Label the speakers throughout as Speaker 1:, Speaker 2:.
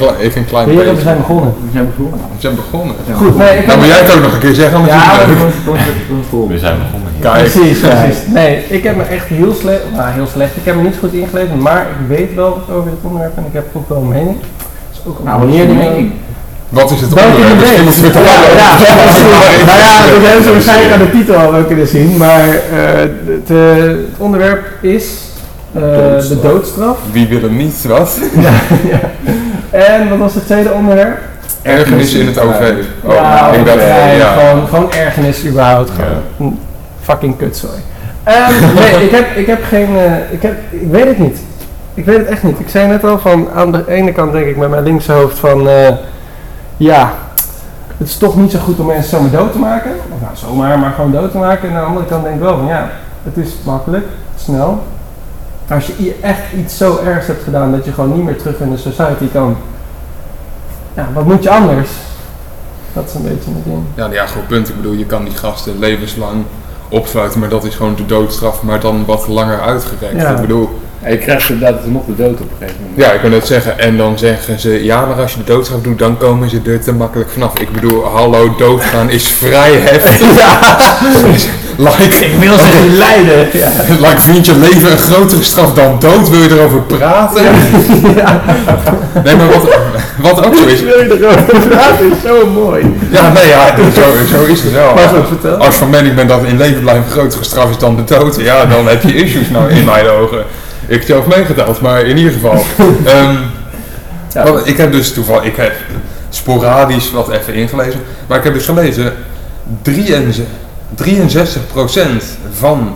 Speaker 1: even, even een klein
Speaker 2: Heren, we
Speaker 1: beetje.
Speaker 2: zijn begonnen.
Speaker 3: We zijn begonnen.
Speaker 1: We zijn begonnen.
Speaker 2: Goed, nee, ik
Speaker 1: Nou moet jij het ook nog een keer zeggen, want
Speaker 2: Ja,
Speaker 1: het is leuk.
Speaker 3: We zijn begonnen.
Speaker 1: Kijk,
Speaker 2: Precies, precies. Nee, ik heb me echt heel slecht, nou heel slecht, ik heb me niet goed ingelezen, maar ik weet wel wat over dit onderwerp en ik heb ook wel een mening. Dus ook
Speaker 3: Nou, wat is je mening?
Speaker 1: wat is het
Speaker 2: Welke
Speaker 1: onderwerp?
Speaker 2: idee?
Speaker 1: Misschien moeten we het
Speaker 2: Ja,
Speaker 1: allemaal
Speaker 2: ja.
Speaker 1: even vertellen.
Speaker 2: Nou ja, dat hebben ze waarschijnlijk aan de titel al wel kunnen zien, maar eh, het, eh, het onderwerp is eh, de
Speaker 1: Doodstraf.
Speaker 2: doodstraf.
Speaker 1: Wie wil hem niet, wat?
Speaker 2: Ja, ja. En wat was het tweede onderwerp?
Speaker 1: Ergernis in het OV. Oh,
Speaker 2: ja,
Speaker 1: ik ben
Speaker 2: ja,
Speaker 1: ja.
Speaker 2: Gewoon, gewoon ergernis überhaupt. Gewoon. Een Fucking kutzooi. Ehm, nee, ik heb, ik heb geen... eh, ik, heb, ik weet het niet. Ik weet het echt niet. Ik zei net al van... Aan de ene kant denk ik met mijn linkse hoofd van... eh, ja, het is toch niet zo goed om mensen zomaar dood te maken. Of nou, zomaar, maar gewoon dood te maken. En aan de andere kant denk ik wel van... Ja, het is makkelijk, snel. Als je i- echt iets zo ergs hebt gedaan dat je gewoon niet meer terug in de society kan... Ja, wat moet je anders? Dat is een beetje het ding.
Speaker 1: Ja, nou ja, goed punt. Ik bedoel, je kan die gasten levenslang opsluiten, maar dat is gewoon de doodstraf, maar dan wat langer uitgerekt.
Speaker 2: Ja.
Speaker 1: Ik bedoel,
Speaker 3: Hij krijgt inderdaad nog de dood op een gegeven moment.
Speaker 1: ja, ik wil net zeggen, en dan zeggen ze, ja, maar als je de doodstraf doet, dan komen ze er te makkelijk vanaf. Ik bedoel, hallo, doodgaan is vrij heftig. Like,
Speaker 2: Ik wil ze niet lijden. Ja.
Speaker 1: like, vind je leven een grotere straf dan dood? Wil je erover praten? Nee, maar wat, wat ook zo is,
Speaker 2: wil je erover praten? is zo mooi.
Speaker 1: Ja, nee, ja, zo, zo is het wel.
Speaker 2: Maar goed, vertel.
Speaker 1: Als je van mening bent dat in leven blijven groter gestraft is dan de dood, ja, dan heb je issues nou in mijn ogen. Ik zelf meegeteld, maar in ieder geval. ehm,
Speaker 3: Ja.
Speaker 1: want ik heb dus toevallig, ik heb sporadisch wat even ingelezen, maar ik heb dus gelezen, 63 63% van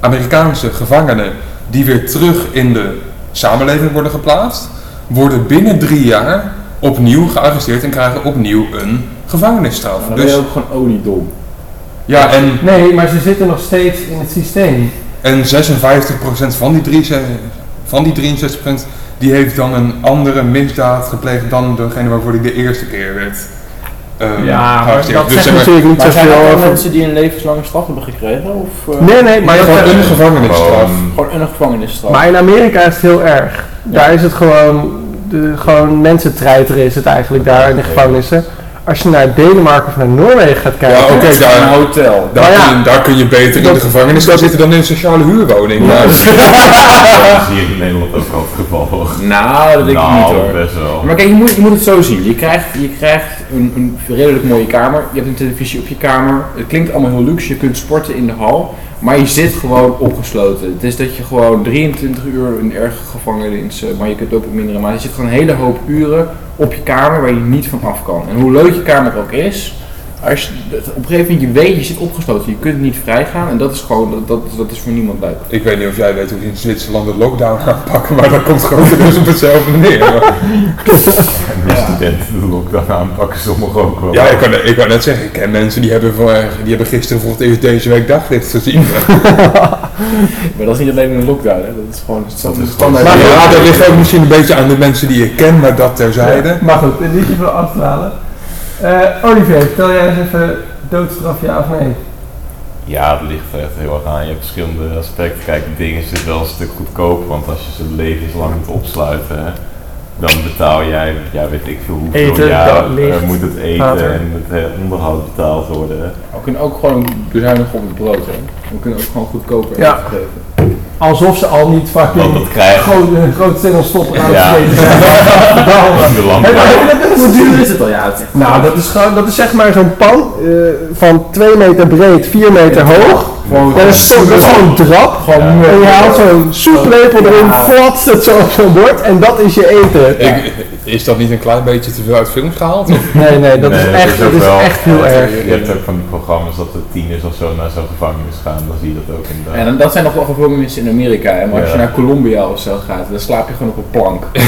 Speaker 1: Amerikaanse gevangenen die weer terug in de samenleving worden geplaatst, worden binnen drie jaar opnieuw gearresteerd en krijgen opnieuw een gevangenisstraf.
Speaker 3: Dan ben je
Speaker 1: Dus,
Speaker 3: ook gewoon oliedom.
Speaker 1: ja, en
Speaker 2: Nee, maar ze zitten nog steeds in het systeem.
Speaker 1: En 56% van die, drie, van die 63% die heeft dan een andere misdaad gepleegd dan degene waarvoor hij de eerste keer werd ehm,
Speaker 2: Ja,
Speaker 1: gearresteerd.
Speaker 2: Ah, dat
Speaker 1: dus zeg
Speaker 2: zegt
Speaker 1: maar,
Speaker 2: natuurlijk niet
Speaker 3: Maar zijn
Speaker 2: zoveel
Speaker 3: er ook
Speaker 2: over.
Speaker 3: mensen die een levenslange straf hebben gekregen? Of eh,
Speaker 2: Nee, nee, maar, dat-
Speaker 1: gewoon een gevangenisstraf.
Speaker 3: gewoon een gevangenisstraf?
Speaker 2: maar in Amerika is het heel erg. Daar is het gewoon, de, gewoon mensentreiteren is het eigenlijk daar in de gevangenissen. Als je naar Denemarken of naar Noorwegen gaat
Speaker 1: Ja,
Speaker 2: kijken.
Speaker 1: oké,
Speaker 3: Een
Speaker 1: daar,
Speaker 3: hotel.
Speaker 1: daar,
Speaker 2: Maar ja,
Speaker 1: kun je, daar kun je beter in
Speaker 2: dat-
Speaker 1: de gevangenis gaan zitten dan in een sociale huurwoning. Maar-
Speaker 4: Dat is hier in Nederland ook wel het geval. hoor.
Speaker 3: Nou, dat denk ik niet
Speaker 4: nou,
Speaker 3: hoor.
Speaker 4: best wel.
Speaker 3: Maar kijk, je moet, je moet het zo zien. Je krijgt, je krijgt een, een redelijk mooie kamer. Je hebt een televisie op je kamer. Het klinkt allemaal heel luxe. Je kunt sporten in de hal. Maar je zit gewoon opgesloten. Het is dat je gewoon 23 uur in erge gevangenis, eh, maar je kunt ook op mindere mate. Je zit gewoon een hele hoop uren op je kamer waar je niet van af kan. En hoe leuk je kamer ook is, als je, op een gegeven moment je weet, je zit opgesloten. Je kunt niet vrijgaan. En dat is gewoon, dat, dat, dat is voor niemand leuk.
Speaker 1: ik weet niet of jij weet hoe ze in Zwitserland de lockdown gaan pakken, maar dat komt gewoon dus op hetzelfde neer.
Speaker 4: En de studenten de lockdown aanpakken, sommigen ook wel.
Speaker 1: Ja, ik kan, ik kan net zeggen, ik ken mensen die hebben, voor, die hebben gisteren voor het eerst deze week daglicht gezien.
Speaker 3: Maar dat is niet alleen een lockdown. Hè. Dat is gewoon
Speaker 4: Dat is
Speaker 3: standaard.
Speaker 4: gewoon-
Speaker 1: Maar
Speaker 4: Ja.
Speaker 1: ja, dat ligt ook misschien een beetje aan de mensen die je kent, maar dat terzijde.
Speaker 2: Maar goed, dit is je veel afdwalen. Eh, Olivier, vertel jij eens even doodstraf ja of nee?
Speaker 4: Ja, het ligt er echt heel erg aan. Je hebt verschillende aspecten. Kijk, dingen zitten wel een stuk goedkoper, want als je ze levenslang moet opsluiten, hè, dan betaal jij, ja, weet ik veel hoeveel
Speaker 2: Eten,
Speaker 4: jaar
Speaker 2: dat licht,
Speaker 4: eh, moet het eten
Speaker 2: water.
Speaker 4: en het eh, onderhoud betaald worden.
Speaker 3: We kunnen ook gewoon bezuinigen op het brood, hè. We kunnen ook gewoon goedkoper
Speaker 2: Ja.
Speaker 3: eten geven.
Speaker 2: Alsof ze al niet fucking
Speaker 4: Want dat krijg je
Speaker 2: groot, een groot stengelstopper aan het
Speaker 4: Ja.
Speaker 2: steken zijn. Daarom.
Speaker 4: in de landbouw.
Speaker 3: Hoe duur is het al, ja?
Speaker 2: Nou, dat is, gewoon, dat is zeg maar zo'n pan eh, van 2 meter breed, 4 meter hoog.
Speaker 3: Gewoon,
Speaker 2: En dat is, zo, dat is gewoon een drap.
Speaker 3: gewoon
Speaker 2: En je haalt zo'n soeplepel erin, flatst het zo op zo'n bord en dat is je eten.
Speaker 1: Ik, is dat niet een klein beetje te veel uit films gehaald? Of?
Speaker 2: Nee, nee, dat
Speaker 4: Nee,
Speaker 2: is
Speaker 4: dat
Speaker 2: echt,
Speaker 4: is
Speaker 2: dat
Speaker 4: ook
Speaker 2: is
Speaker 4: wel-
Speaker 2: echt heel erg.
Speaker 4: Je hebt ook van die programma's dat de tieners of zo naar zo'n gevangenis gaan, dan zie je dat ook inderdaad.
Speaker 3: En dat zijn nog wel gevangenissen in Amerika, hè. Maar als je
Speaker 4: Ja.
Speaker 3: naar Colombia of zo gaat, dan slaap je gewoon op een plank. Dat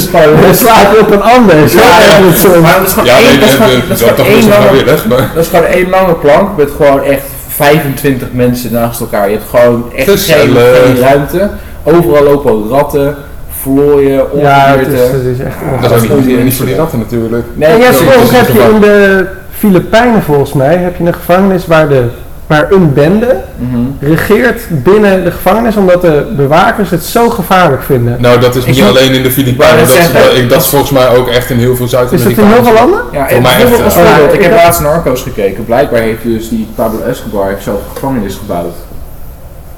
Speaker 3: is gewoon-
Speaker 2: Je slaat op een ander, slaat je op het zo.
Speaker 3: Maar dat is gewoon
Speaker 1: Ja,
Speaker 3: één-
Speaker 1: nee,
Speaker 3: dat is gewoon- dat
Speaker 1: dat
Speaker 3: is gewoon
Speaker 1: toch
Speaker 3: één
Speaker 1: is wel
Speaker 3: lange-
Speaker 1: weer weg. Maar
Speaker 3: dat is gewoon één lange plank met gewoon echt 25 mensen naast elkaar. Je hebt gewoon echt geen,
Speaker 1: Gezellig.
Speaker 3: geen ruimte. Overal lopen ratten, vlooien,
Speaker 2: Ja, het is,
Speaker 3: ongedierte.
Speaker 2: het is echt
Speaker 1: dat is ook niet,
Speaker 3: ongelooflijk.
Speaker 1: niet voor die ratten natuurlijk.
Speaker 3: Nee,
Speaker 2: En
Speaker 3: dat
Speaker 2: yes,
Speaker 3: is-
Speaker 1: dat is
Speaker 2: ook heb
Speaker 1: gevaar.
Speaker 2: je in de Filipijnen volgens mij, heb je een gevangenis waar de Maar een bende
Speaker 3: Mhm.
Speaker 2: regeert binnen de gevangenis omdat de bewakers het zo gevaarlijk vinden.
Speaker 1: Nou, dat is
Speaker 3: Ik
Speaker 1: niet
Speaker 3: moet-
Speaker 1: alleen in de
Speaker 3: wou
Speaker 1: Filipijnen.
Speaker 3: net
Speaker 1: Dat, is-
Speaker 3: zeggen.
Speaker 1: dat, ik- dat is volgens mij ook echt in heel veel
Speaker 2: Is dat
Speaker 1: Zuid-Amerika.
Speaker 2: in heel veel landen?
Speaker 3: Ja,
Speaker 1: Voor
Speaker 3: en
Speaker 1: mij echt,
Speaker 3: bijvoorbeeld als
Speaker 2: eh,
Speaker 3: voorbeeld, ik
Speaker 2: ik
Speaker 3: heb
Speaker 2: heb-
Speaker 3: laatst Narcos gekeken. Blijkbaar heeft dus die Pablo Escobar heeft zelf een gevangenis gebouwd.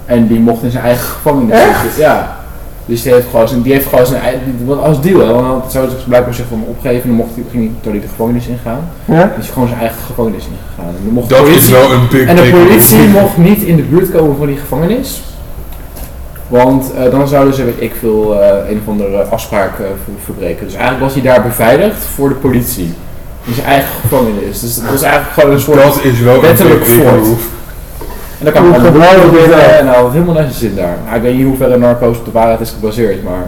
Speaker 3: En die mocht in zijn eigen gevangenis zitten. Ja. Dus die heeft gewoon zijn, die heeft gewoon zijn eigen, die- want als deal, hè, want dan zou ze blijkbaar zich van opgeven en dan mocht hij, ging hij door die de gevangenis ingaan.
Speaker 2: Ja.
Speaker 3: Dus gewoon zijn eigen gevangenis ingegaan. En dan mocht de
Speaker 1: Dat is
Speaker 3: politie-
Speaker 1: wel een big
Speaker 3: en de
Speaker 1: big-
Speaker 3: politie mocht niet in de buurt komen van die gevangenis. Want eh, dan zouden ze, weet ik veel, eh, een of andere afspraak eh, ver- verbreken. Dus eigenlijk was hij daar beveiligd voor de politie. In zijn eigen gevangenis. Dus dat was eigenlijk gewoon een soort...
Speaker 1: Dat is wel een
Speaker 3: Wettelijk
Speaker 1: big, big
Speaker 3: voort.
Speaker 1: move.
Speaker 3: En dan kan hij
Speaker 2: Hoe
Speaker 3: allemaal
Speaker 2: gebruikt
Speaker 3: doen,
Speaker 2: dit,
Speaker 3: eh,
Speaker 2: eh?
Speaker 3: En hij had helemaal naar zijn zin daar. Maar ik weet niet hoe ver narco's op de waarheid is gebaseerd, maar...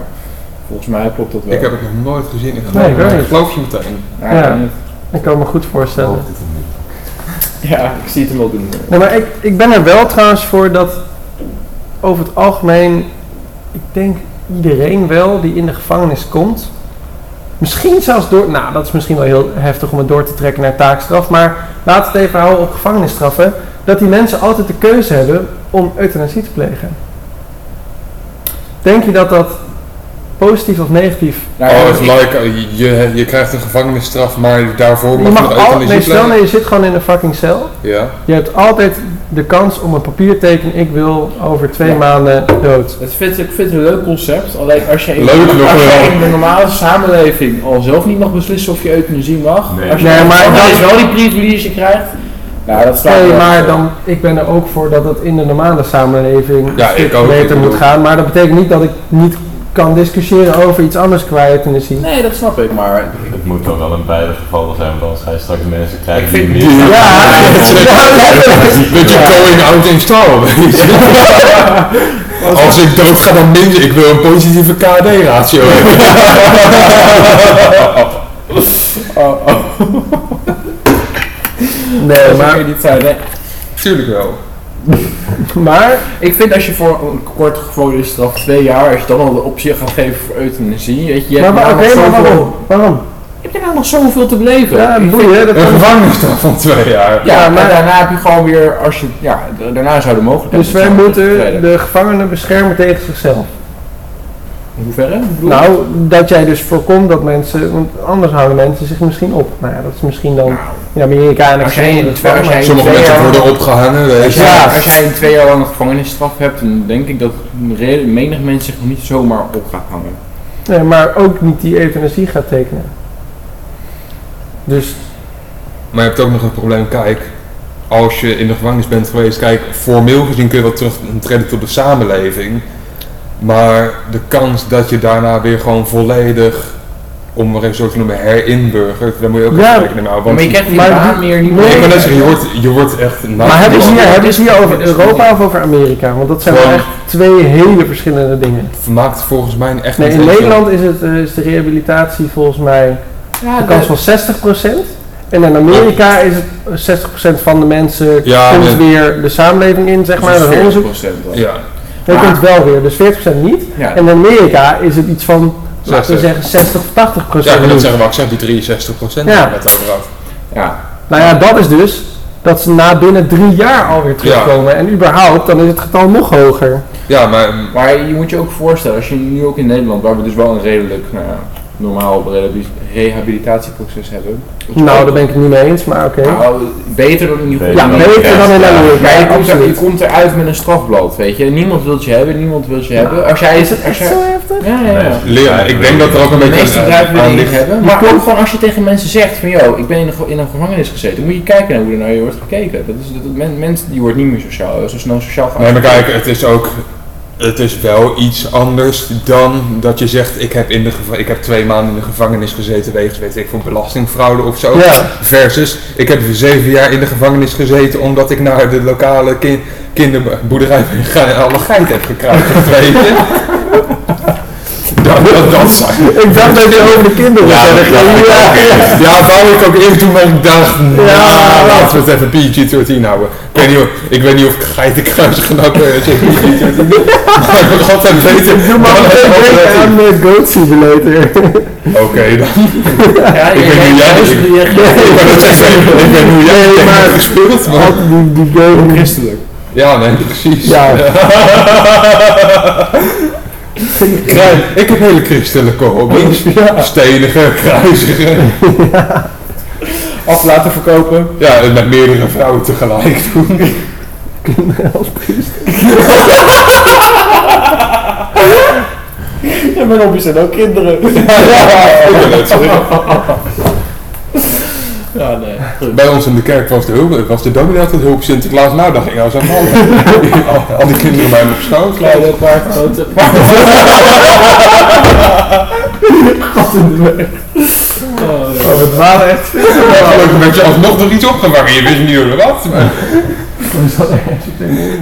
Speaker 3: Volgens mij klopt dat wel. Nou,
Speaker 1: Ik heb het nog nooit gezien. Ik
Speaker 2: Nee, ik
Speaker 1: geloof,
Speaker 2: ook niet.
Speaker 1: ik geloof je meteen.
Speaker 3: Ja, ik
Speaker 2: Ja.
Speaker 3: weet niet.
Speaker 2: Ik kan me goed voorstellen.
Speaker 4: Hoopt het hem niet.
Speaker 3: Ja, ik zie het hem wel doen.
Speaker 2: Nee, maar ik, ik ben er wel trouwens voor dat over het algemeen, ik denk iedereen wel die in de gevangenis komt, misschien zelfs door, nou dat is misschien wel heel heftig om het door te trekken naar taakstraf, maar laat het even houden op gevangenisstraffen, dat die mensen altijd de keuze hebben om euthanasie te plegen. Denk je dat dat positief of negatief
Speaker 3: Nou,
Speaker 1: oh,
Speaker 3: ja,
Speaker 1: het
Speaker 3: ik-
Speaker 1: like, eh, je, je krijgt een gevangenisstraf, maar daarvoor
Speaker 2: Je
Speaker 1: mag je nog
Speaker 2: mag al,
Speaker 1: euthanasie
Speaker 2: nee, stel
Speaker 1: plegen.
Speaker 2: nee, je zit gewoon in een fucking cel.
Speaker 1: Ja.
Speaker 2: Je hebt altijd de kans om een papier te tekenen. Ik wil over twee
Speaker 3: Ja.
Speaker 2: maanden dood.
Speaker 3: Het vind, ik vind het een leuk concept, alleen als je, in,
Speaker 1: Leuk nog
Speaker 3: als je
Speaker 1: wel.
Speaker 3: in de normale samenleving al zelf niet mag beslissen of je euthanasie mag,
Speaker 4: Nee.
Speaker 3: als je
Speaker 2: Nee,
Speaker 3: in de
Speaker 2: maar
Speaker 3: gevangenis
Speaker 2: dat-
Speaker 3: wel die privilege krijgt, nou dat staat
Speaker 2: Nee,
Speaker 3: wel
Speaker 2: maar
Speaker 3: voor.
Speaker 2: dan, ik ben er ook voor dat het in de normale samenleving
Speaker 1: Ja,
Speaker 2: een stuk
Speaker 1: ik ook, ik
Speaker 2: beter moet
Speaker 1: bedoel-
Speaker 2: gaan. Maar dat betekent niet dat ik niet kan discussiëren over iets anders qua euthanasie.
Speaker 3: Nee, dat snap ik, maar
Speaker 4: Het moet dan wel in beide gevallen zijn, want anders ga je straks mensen
Speaker 3: Ik
Speaker 4: krijgen die
Speaker 3: vind-
Speaker 4: meer.
Speaker 2: Ja,
Speaker 1: Beetje going out in style. weet je. Als ik dood ga, dan minder. Ik wil een positieve KD-ratio hebben.
Speaker 3: oh, oh,
Speaker 2: nee,
Speaker 3: dat
Speaker 2: maar,
Speaker 3: maar, niet zijn. Nee.
Speaker 1: Tuurlijk wel.
Speaker 2: maar
Speaker 3: Ik vind als je voor een korte gevangenisstraf twee jaar, als je dan al de optie gaat geven voor euthanasie, weet je, je
Speaker 2: maar,
Speaker 3: hebt
Speaker 2: maar
Speaker 3: daar
Speaker 2: oké,
Speaker 3: nog
Speaker 2: maar
Speaker 3: zoveel-
Speaker 2: waarom? Waarom?
Speaker 3: Je hebt daar nou nog zoveel te beleven.
Speaker 2: Ja,
Speaker 3: Ik
Speaker 2: boeien, dat
Speaker 1: Een
Speaker 2: kan-
Speaker 1: gevangenisstraf van twee jaar.
Speaker 3: ja,
Speaker 2: Ja,
Speaker 3: maar
Speaker 2: maar-
Speaker 3: daarna heb je gewoon weer, als je, ja, da- daarna zou de mogelijkheid
Speaker 2: Dus wij
Speaker 3: zijn om te
Speaker 2: moeten
Speaker 3: treden.
Speaker 2: de gevangenen beschermen tegen zichzelf.
Speaker 3: In hoeverre? Ik bedoel-
Speaker 2: Nou, dat jij dus voorkomt dat mensen, want anders houden mensen zich misschien op. Nou ja, dat is misschien dan
Speaker 3: Nou,
Speaker 2: in Amerika en
Speaker 3: Als jij in
Speaker 2: extreme
Speaker 3: de twa- als
Speaker 2: gevallen,
Speaker 3: jij-
Speaker 2: maar-
Speaker 1: Sommige
Speaker 3: Twee
Speaker 1: mensen
Speaker 3: jaar.
Speaker 1: worden opgehangen, weet
Speaker 3: Als,
Speaker 1: je.
Speaker 2: Ja.
Speaker 3: jij, als jij een twee jaar lange gevangenisstraf hebt, dan denk ik dat re- menig mens zich niet zomaar op gaat hangen.
Speaker 2: Nee, maar ook niet die euthanasie gaat tekenen. Dus
Speaker 1: Maar je hebt ook nog een probleem, kijk. Als je in de gevangenis bent geweest, kijk, formeel gezien kun je wel terugtreden tot de samenleving. Maar de kans dat je daarna weer gewoon volledig, om maar even zo te noemen, herinburgert, daar moet je ook
Speaker 2: Ja,
Speaker 1: even rekening mee houden. Want
Speaker 3: maar je krijgt die
Speaker 2: maar
Speaker 3: baan
Speaker 2: die-
Speaker 3: meer niet
Speaker 2: nee,
Speaker 3: meer.
Speaker 1: ik wil net zeggen, je wordt, je wordt echt...
Speaker 2: Maar hebben we
Speaker 3: is-
Speaker 2: het hier,
Speaker 3: dat
Speaker 2: hebben we
Speaker 3: is-
Speaker 2: het hier
Speaker 3: dat
Speaker 2: over
Speaker 3: is-
Speaker 2: Europa of over Amerika? Want dat zijn wel
Speaker 1: Gewoon-
Speaker 2: echt twee hele verschillende dingen.
Speaker 1: maakt volgens mij echt
Speaker 2: Nee,
Speaker 1: niet
Speaker 2: in
Speaker 1: eens zo-
Speaker 2: Nederland is, het, eh, is de rehabilitatie volgens mij
Speaker 3: Ja,
Speaker 2: een kans
Speaker 3: dat-
Speaker 2: van 60%. En in Amerika is het 60% van de mensen
Speaker 1: Ja,
Speaker 2: komt
Speaker 1: de-
Speaker 2: weer de samenleving in, zeg maar.
Speaker 3: dat
Speaker 2: Dat
Speaker 3: is
Speaker 2: is onderzoek.
Speaker 3: 40% dan.
Speaker 1: Ja,
Speaker 2: Dat
Speaker 3: Maar-
Speaker 2: komt wel weer, dus 40% niet.
Speaker 3: Ja.
Speaker 2: En in Amerika is het iets van, laten
Speaker 1: 60.
Speaker 2: we zeggen, 60 of 80
Speaker 1: ja ik wil
Speaker 2: niet.
Speaker 1: net zeggen, maar ik zeg die 63 procent
Speaker 2: Ja.
Speaker 1: net over af.
Speaker 3: Ja.
Speaker 2: Nou ja, dat is dus dat ze na binnen drie jaar alweer terugkomen. En überhaupt, dan is het getal nog hoger.
Speaker 1: Ja, maar mm,
Speaker 3: Maar je moet je ook voorstellen, als je nu ook in Nederland, waar we dus wel een redelijk nou ja, normaal rehabi- rehabilitatieproces hebben.
Speaker 2: Nou, daar ben ik het niet mee eens, maar oké.
Speaker 3: Nou, beter dan in ieder geval.
Speaker 2: Ja,
Speaker 4: Ja,
Speaker 2: beter dan in
Speaker 4: ja.
Speaker 2: Amerika,
Speaker 3: Maar je komt, er- je
Speaker 2: absoluut.
Speaker 3: komt eruit met een strafblad, weet je. Niemand wil je hebben, niemand wil je hebben. Als jij... Als jij
Speaker 2: heftig?
Speaker 3: ja, ja, ja.
Speaker 1: leren, ik denk dat er ook een
Speaker 3: De
Speaker 1: beetje
Speaker 3: meeste
Speaker 1: een- eh,
Speaker 3: bedrijven willen
Speaker 1: aan
Speaker 3: die niet
Speaker 1: ligt.
Speaker 3: hebben. Maar ook gewoon als je tegen mensen zegt van, joh, ik ben in een, ge- in een gevangenis gezeten. Dan moet je kijken naar hoe er naar je wordt gekeken. Dat is, dat, dat- men, mensen, die wordt niet meer sociaal, eh, zo snel sociaal
Speaker 1: Nee, maar
Speaker 3: geaccepteerd.
Speaker 1: kijk, het is ook... Het is wel iets anders dan dat je zegt, ik heb, in de geva- ik heb twee maanden in de gevangenis gezeten wegens, weet ik, voor belastingfraude of zo.
Speaker 2: Ja.
Speaker 1: Versus, ik heb zeven jaar in de gevangenis gezeten omdat ik naar de lokale kin- kinderboerderij ben gegaan en alle geit heb gekregen. weet je? dat, dat
Speaker 2: Ik dacht dat je over de kinderen
Speaker 4: Ja,
Speaker 2: verder
Speaker 4: dat
Speaker 2: ging.
Speaker 4: dacht ik
Speaker 2: Ja, ja.
Speaker 4: ook.
Speaker 1: Ja, dat wou ik ook eerst doen, maar ik dacht, nou,
Speaker 2: Ja.
Speaker 1: laten we het even PG-13 houden. Ik weet niet of ik, weet niet of ik geitenkruis genoeg ben nou- als ik PG-13 doe. Maar we gaan het beter
Speaker 2: Doe maar
Speaker 1: dan het
Speaker 2: meteen denken
Speaker 1: alternatief.
Speaker 2: aan de Goat Simulator.
Speaker 1: Oké, dan.
Speaker 3: Ja, ik
Speaker 1: weet niet, jij- Ik wou net zeggen, ik weet niet hoe jij
Speaker 2: Nee,
Speaker 1: het
Speaker 2: maar-
Speaker 1: hebt gespeeld, maar...
Speaker 2: Had die, die game
Speaker 3: Christelijk.
Speaker 1: Ja, nee, precies.
Speaker 2: Ja.
Speaker 1: Kruis- ik heb hele christelijke hobby's. Stenigen, kruisigen.
Speaker 3: Af laten verkopen.
Speaker 1: Ja, en met meerdere vrouwen tegelijk doen.
Speaker 3: Ja, mijn hobby's zijn ook kinderen.
Speaker 1: Ik ben net zo-
Speaker 3: Ja, nee.
Speaker 1: Bij ons in de kerk was de, hulp, was de dominee altijd hulp Sinterklaas. Nou, dan ging hij zo van. Al- Al die kinderen bij hem op schoot.
Speaker 3: Kleine paard, grote paard. Oh, ja.
Speaker 2: Oh, het waren echt
Speaker 1: Gelukkig werd je alsnog nog iets opgevangen. Je wist niet hoe wat. Maar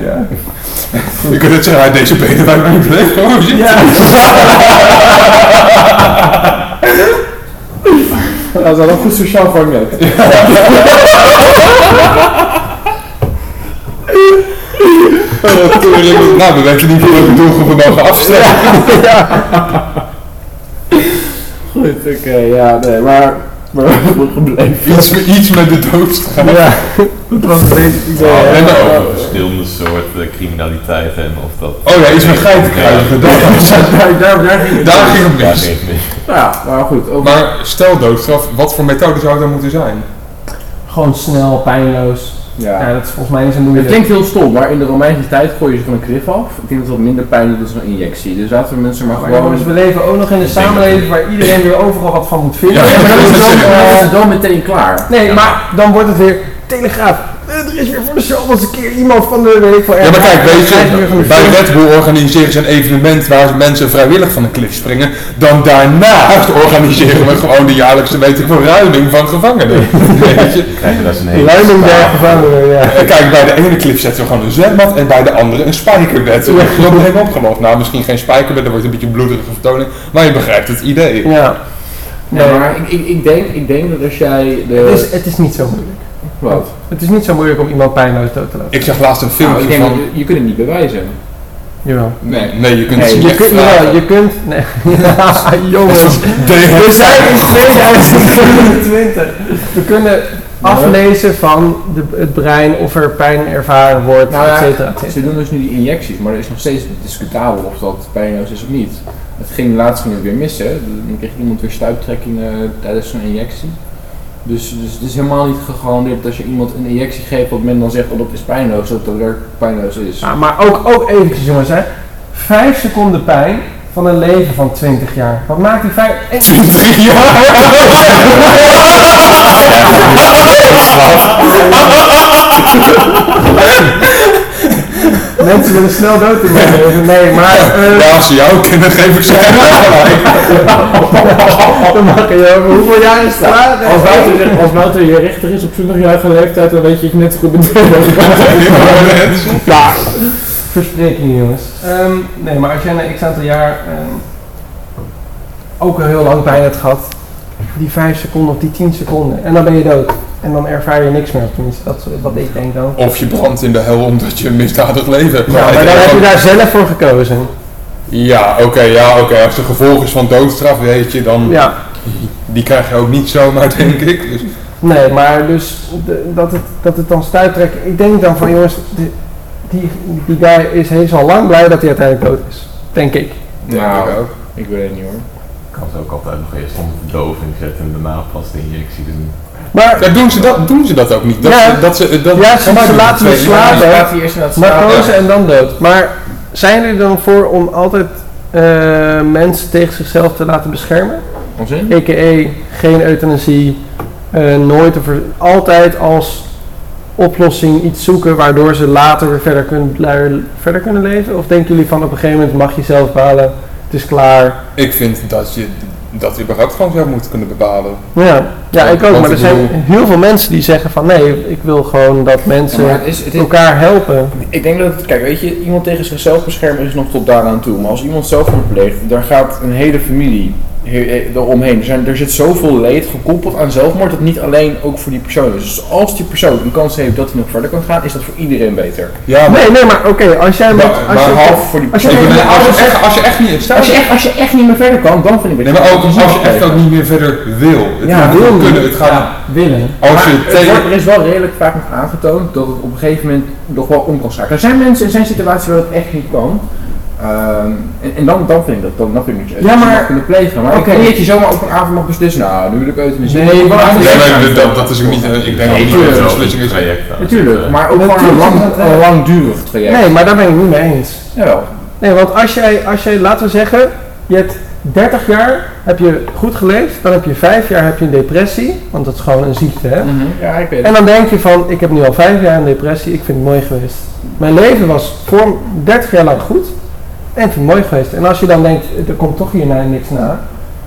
Speaker 2: ja.
Speaker 1: je kunt het zeggen, uit deze benen Oh, bij mijn plek. Gewoon zitten.
Speaker 3: Dat is wel een goed sociaal vangnet.
Speaker 1: Dat toen weer iemand- Nou, we weten niet hoe we de doelgroepen mogen afstemmen.
Speaker 3: Goed, oké, ja, nee, maar... Maar we hebben gebleven.
Speaker 1: Iets, iets met de doodstraf.
Speaker 2: ja, dat was een beetje het idee.
Speaker 1: Ja,
Speaker 2: hè.
Speaker 1: en dan-
Speaker 4: Over verschillende soorten criminaliteit en of dat...
Speaker 1: Oh ja, iets met geitenkruiden. Dat-
Speaker 2: Daar, daar, daar ging het.
Speaker 1: Daar ging het
Speaker 4: Ja,
Speaker 1: mis.
Speaker 4: nee, nee.
Speaker 3: Ja, maar goed. Over...
Speaker 1: Maar stel doodstraf, wat voor methode zou het dan moeten zijn?
Speaker 2: Gewoon snel, pijnloos.
Speaker 3: ja.
Speaker 2: Ja, dat is volgens mij niet zo moeilijk.
Speaker 3: Het klinkt heel stom, maar in de Romeinse tijd gooi je ze van een krif af. Ik denk dat dat minder pijn doet dan een injectie. Dus laten we mensen maar
Speaker 2: Maar jongens,
Speaker 3: gewoon...
Speaker 2: we leven ook nog in een
Speaker 4: denk
Speaker 2: samenleving waar iedereen weer overal wat van moet vinden.
Speaker 1: Ja,
Speaker 2: En
Speaker 1: maar dat
Speaker 2: dan is
Speaker 1: is
Speaker 2: het dan,
Speaker 3: Dan is
Speaker 2: eh,
Speaker 3: het wel meteen klaar.
Speaker 2: nee, maar dan wordt het weer telegraaf. Eh, Er is weer voor de zoveelste keer iemand van de weet ik veel
Speaker 1: Ja, maar
Speaker 2: ergens.
Speaker 1: kijk, weet
Speaker 2: Krijg weer van
Speaker 1: je,
Speaker 2: de
Speaker 1: bij
Speaker 2: film.
Speaker 1: Red Bull organiseren ze een evenement waar mensen vrijwillig van een klif springen. Dan daarnaast organiseren we gewoon de jaarlijkse, weet ik wel, ruiling van gevangenen. Weet je?
Speaker 4: Krijg je daar zo'n hele
Speaker 2: Luiming
Speaker 4: staaf
Speaker 2: daar gevangenen, ja.
Speaker 1: En Kijk, bij de ene klif zetten we gewoon een zwembad en bij de andere een spijkerbed. En dat is dan helemaal opgelost. Nou, misschien geen spijkerbed, dat wordt een beetje een bloederige vertoning. Maar je begrijpt het idee.
Speaker 2: Ja.
Speaker 3: Nee,
Speaker 2: Nee,
Speaker 3: maar ik, ik, ik, denk, ik denk dat als jij de...
Speaker 2: het
Speaker 1: eh,
Speaker 2: is, het is niet zo moeilijk.
Speaker 3: Wat?
Speaker 2: Het is niet zo moeilijk om iemand pijnloos dood te laten.
Speaker 1: Ik zag laatst een
Speaker 3: Nou, ik
Speaker 1: filmpje
Speaker 3: denk dat
Speaker 1: van...
Speaker 3: je, je kunt het niet bewijzen.
Speaker 2: Jawel.
Speaker 1: Nee, nee, je kunt
Speaker 3: Nee,
Speaker 1: het
Speaker 2: Je
Speaker 1: niet
Speaker 2: kunt, jawel, je kunt... Nee. Ja, jongens.
Speaker 1: Tegen-
Speaker 2: We zijn in 2022. We kunnen aflezen van de, het brein of er pijn ervaren wordt,
Speaker 3: Nou
Speaker 2: et
Speaker 3: ja,
Speaker 2: cetera, et cetera.
Speaker 3: Ze doen dus nu die injecties, maar er is nog steeds discutabel of dat pijnloos is of niet. Het ging laatst ging het weer missen. Dan kreeg iemand weer stuiptrekking eh, tijdens zo'n injectie. Dus, dus het is helemaal niet gegarandeerd dat als je iemand een injectie geeft, dat men dan zegt oh, dat is pijnloos, dat dat werkelijk pijnloos is.
Speaker 2: Ah, maar ook, ook eventjes jongens, hè. Vijf seconden pijn van een leven van 20 jaar. Wat maakt die vijf... En, Mensen willen snel dood in mijn leven. Nee, maar... eh,
Speaker 1: Ah, Ja, als ze jou kennen, geef ik ze echt gelijk.
Speaker 2: dan mag je over hoeveel jaar is het klaar?
Speaker 3: Als Wouter, als Wouter je rechter is op 20-jarige leeftijd, dan weet je dat je net zo goed bent.
Speaker 2: Ja. Verspreking, jongens. Ehm, nee, maar als jij na x aantal jaar ehm, ook al heel lang pijn hebt gehad, die 5 seconden of die 10 seconden, en dan ben je dood. En dan ervaar je niks meer, tenminste, dat is wat ik denk dan.
Speaker 1: Of je brandt in de hel omdat je een misdadig leven hebt.
Speaker 2: Ja, maar
Speaker 1: geleid.
Speaker 2: dan heb je daar zelf voor gekozen.
Speaker 1: Ja, oké, ja, oké. Als de gevolg is van doodstraf, weet je, dan...
Speaker 2: Ja.
Speaker 1: Die krijg je ook niet zomaar, denk ik. Dus,
Speaker 2: Nee, maar dus de- dat, het, dat het dan stuitrek. Ik denk dan van jongens, die, die, die guy is heus al lang blij dat hij uiteindelijk dood is. Denk ik.
Speaker 1: denk
Speaker 3: Nou.
Speaker 1: ik ook.
Speaker 3: Ik weet het niet hoor.
Speaker 4: kan ze ook altijd nog eerst onder verdoving zetten en daarna pas de injectie Dus- doen.
Speaker 2: Maar,
Speaker 1: Ja, doen, ze dat, doen ze dat ook niet? Dat
Speaker 2: Ja.
Speaker 1: ze, dat ze, dat,
Speaker 2: Ja, ze-
Speaker 1: dat
Speaker 2: ze
Speaker 1: doen
Speaker 2: laten
Speaker 1: twee
Speaker 2: het
Speaker 1: jaar.
Speaker 2: slapen.
Speaker 3: Je
Speaker 2: hè?
Speaker 3: gaat hier eerst naar het slapen.
Speaker 2: narcose en dan dood. Maar zijn er dan voor om altijd eh, mensen tegen zichzelf te laten beschermen?
Speaker 3: Onzin?
Speaker 2: A.k.a. geen euthanasie, eh, nooit of er- altijd als oplossing iets zoeken waardoor ze later weer verder kunnen, blij- verder kunnen leven? Of denken jullie van op een gegeven moment mag je zelf balen, het is klaar?
Speaker 1: Ik vind dat je dat überhaupt gewoon zelf moet kunnen bepalen.
Speaker 2: Ja, ja ik ook.
Speaker 1: Want
Speaker 2: Maar er
Speaker 1: ik
Speaker 2: zijn
Speaker 1: bedoel-
Speaker 2: heel veel mensen die zeggen van nee, ik wil gewoon dat mensen
Speaker 3: maar het is, het is,
Speaker 2: elkaar helpen.
Speaker 3: ik denk dat, het- kijk, weet je, iemand tegen zichzelf beschermen is nog tot daaraan toe. Maar als iemand zelfmoord pleegt, daar gaat een hele familie he- he- eromheen. Er, zijn, er zit zoveel leed gekoppeld aan zelfmoord, dat niet alleen ook voor die persoon is. Dus als die persoon een kans heeft dat hij nog verder kan gaan, is dat voor iedereen beter.
Speaker 1: Ja, maar,
Speaker 2: Nee, nee, maar oké, als jij met...
Speaker 1: Maar-
Speaker 2: Als
Speaker 1: maar
Speaker 2: je,
Speaker 1: half-
Speaker 3: Of voor die
Speaker 2: als je
Speaker 1: Ik
Speaker 3: persoon.
Speaker 1: bedoel,
Speaker 2: Ja,
Speaker 1: als, je
Speaker 2: als-
Speaker 1: echt, als je echt niet in staat
Speaker 3: Als je, echt, als je echt niet meer verder kan, dan vind ik het
Speaker 1: Nee, maar ook als je echt ook
Speaker 3: ook
Speaker 1: niet meer verder wil. Het
Speaker 2: Ja,
Speaker 1: gaat niet
Speaker 2: wil
Speaker 1: om kunnen.
Speaker 2: niet.
Speaker 1: Het gaat
Speaker 2: willen.
Speaker 1: om- als je
Speaker 3: Maar eh, het wordt-
Speaker 1: tegen...
Speaker 3: er is wel redelijk vaak nog aangetoond dat het op een gegeven moment nog wel om kan schakelen. Er zijn mensen, er zijn situaties waar het echt niet kan. Ehm, en, en dan, dan vind ik dat, dan, dan vind ik het
Speaker 2: Ja,
Speaker 3: je
Speaker 2: maar-
Speaker 3: mag kunnen plegen. Maar
Speaker 2: Oké.
Speaker 3: ik denk dat je zomaar op een avond mag beslissen, nou, nu wil ik euthanasie.
Speaker 2: Nee, maar-
Speaker 3: maar-
Speaker 1: Nee, maar dat, dat is ook niet... eh, Ik denk ook niet dat
Speaker 4: tuurlijk.
Speaker 1: het een
Speaker 4: Wel
Speaker 1: beslissing
Speaker 4: een
Speaker 1: is.
Speaker 4: traject aan.
Speaker 3: Natuurlijk, maar ook gewoon een,
Speaker 2: Natuurlijk
Speaker 3: lang,
Speaker 2: is dat, eh,
Speaker 3: een langdurig traject.
Speaker 2: Nee, maar daar ben ik niet mee eens.
Speaker 3: Jawel.
Speaker 2: Nee, want als jij, als jij, laten we zeggen, je hebt 30 jaar heb je goed geleefd, dan heb je 5 jaar heb je een depressie, want dat is gewoon een ziekte, hè?
Speaker 3: Ja, ik weet het.
Speaker 2: Mhm. En dan denk je van, ik heb nu al 5 jaar een depressie, ik vind het mooi geweest. Mijn leven was voor 30 jaar lang goed en ik vind het mooi geweest. En als je dan denkt, er komt toch hierna niks na,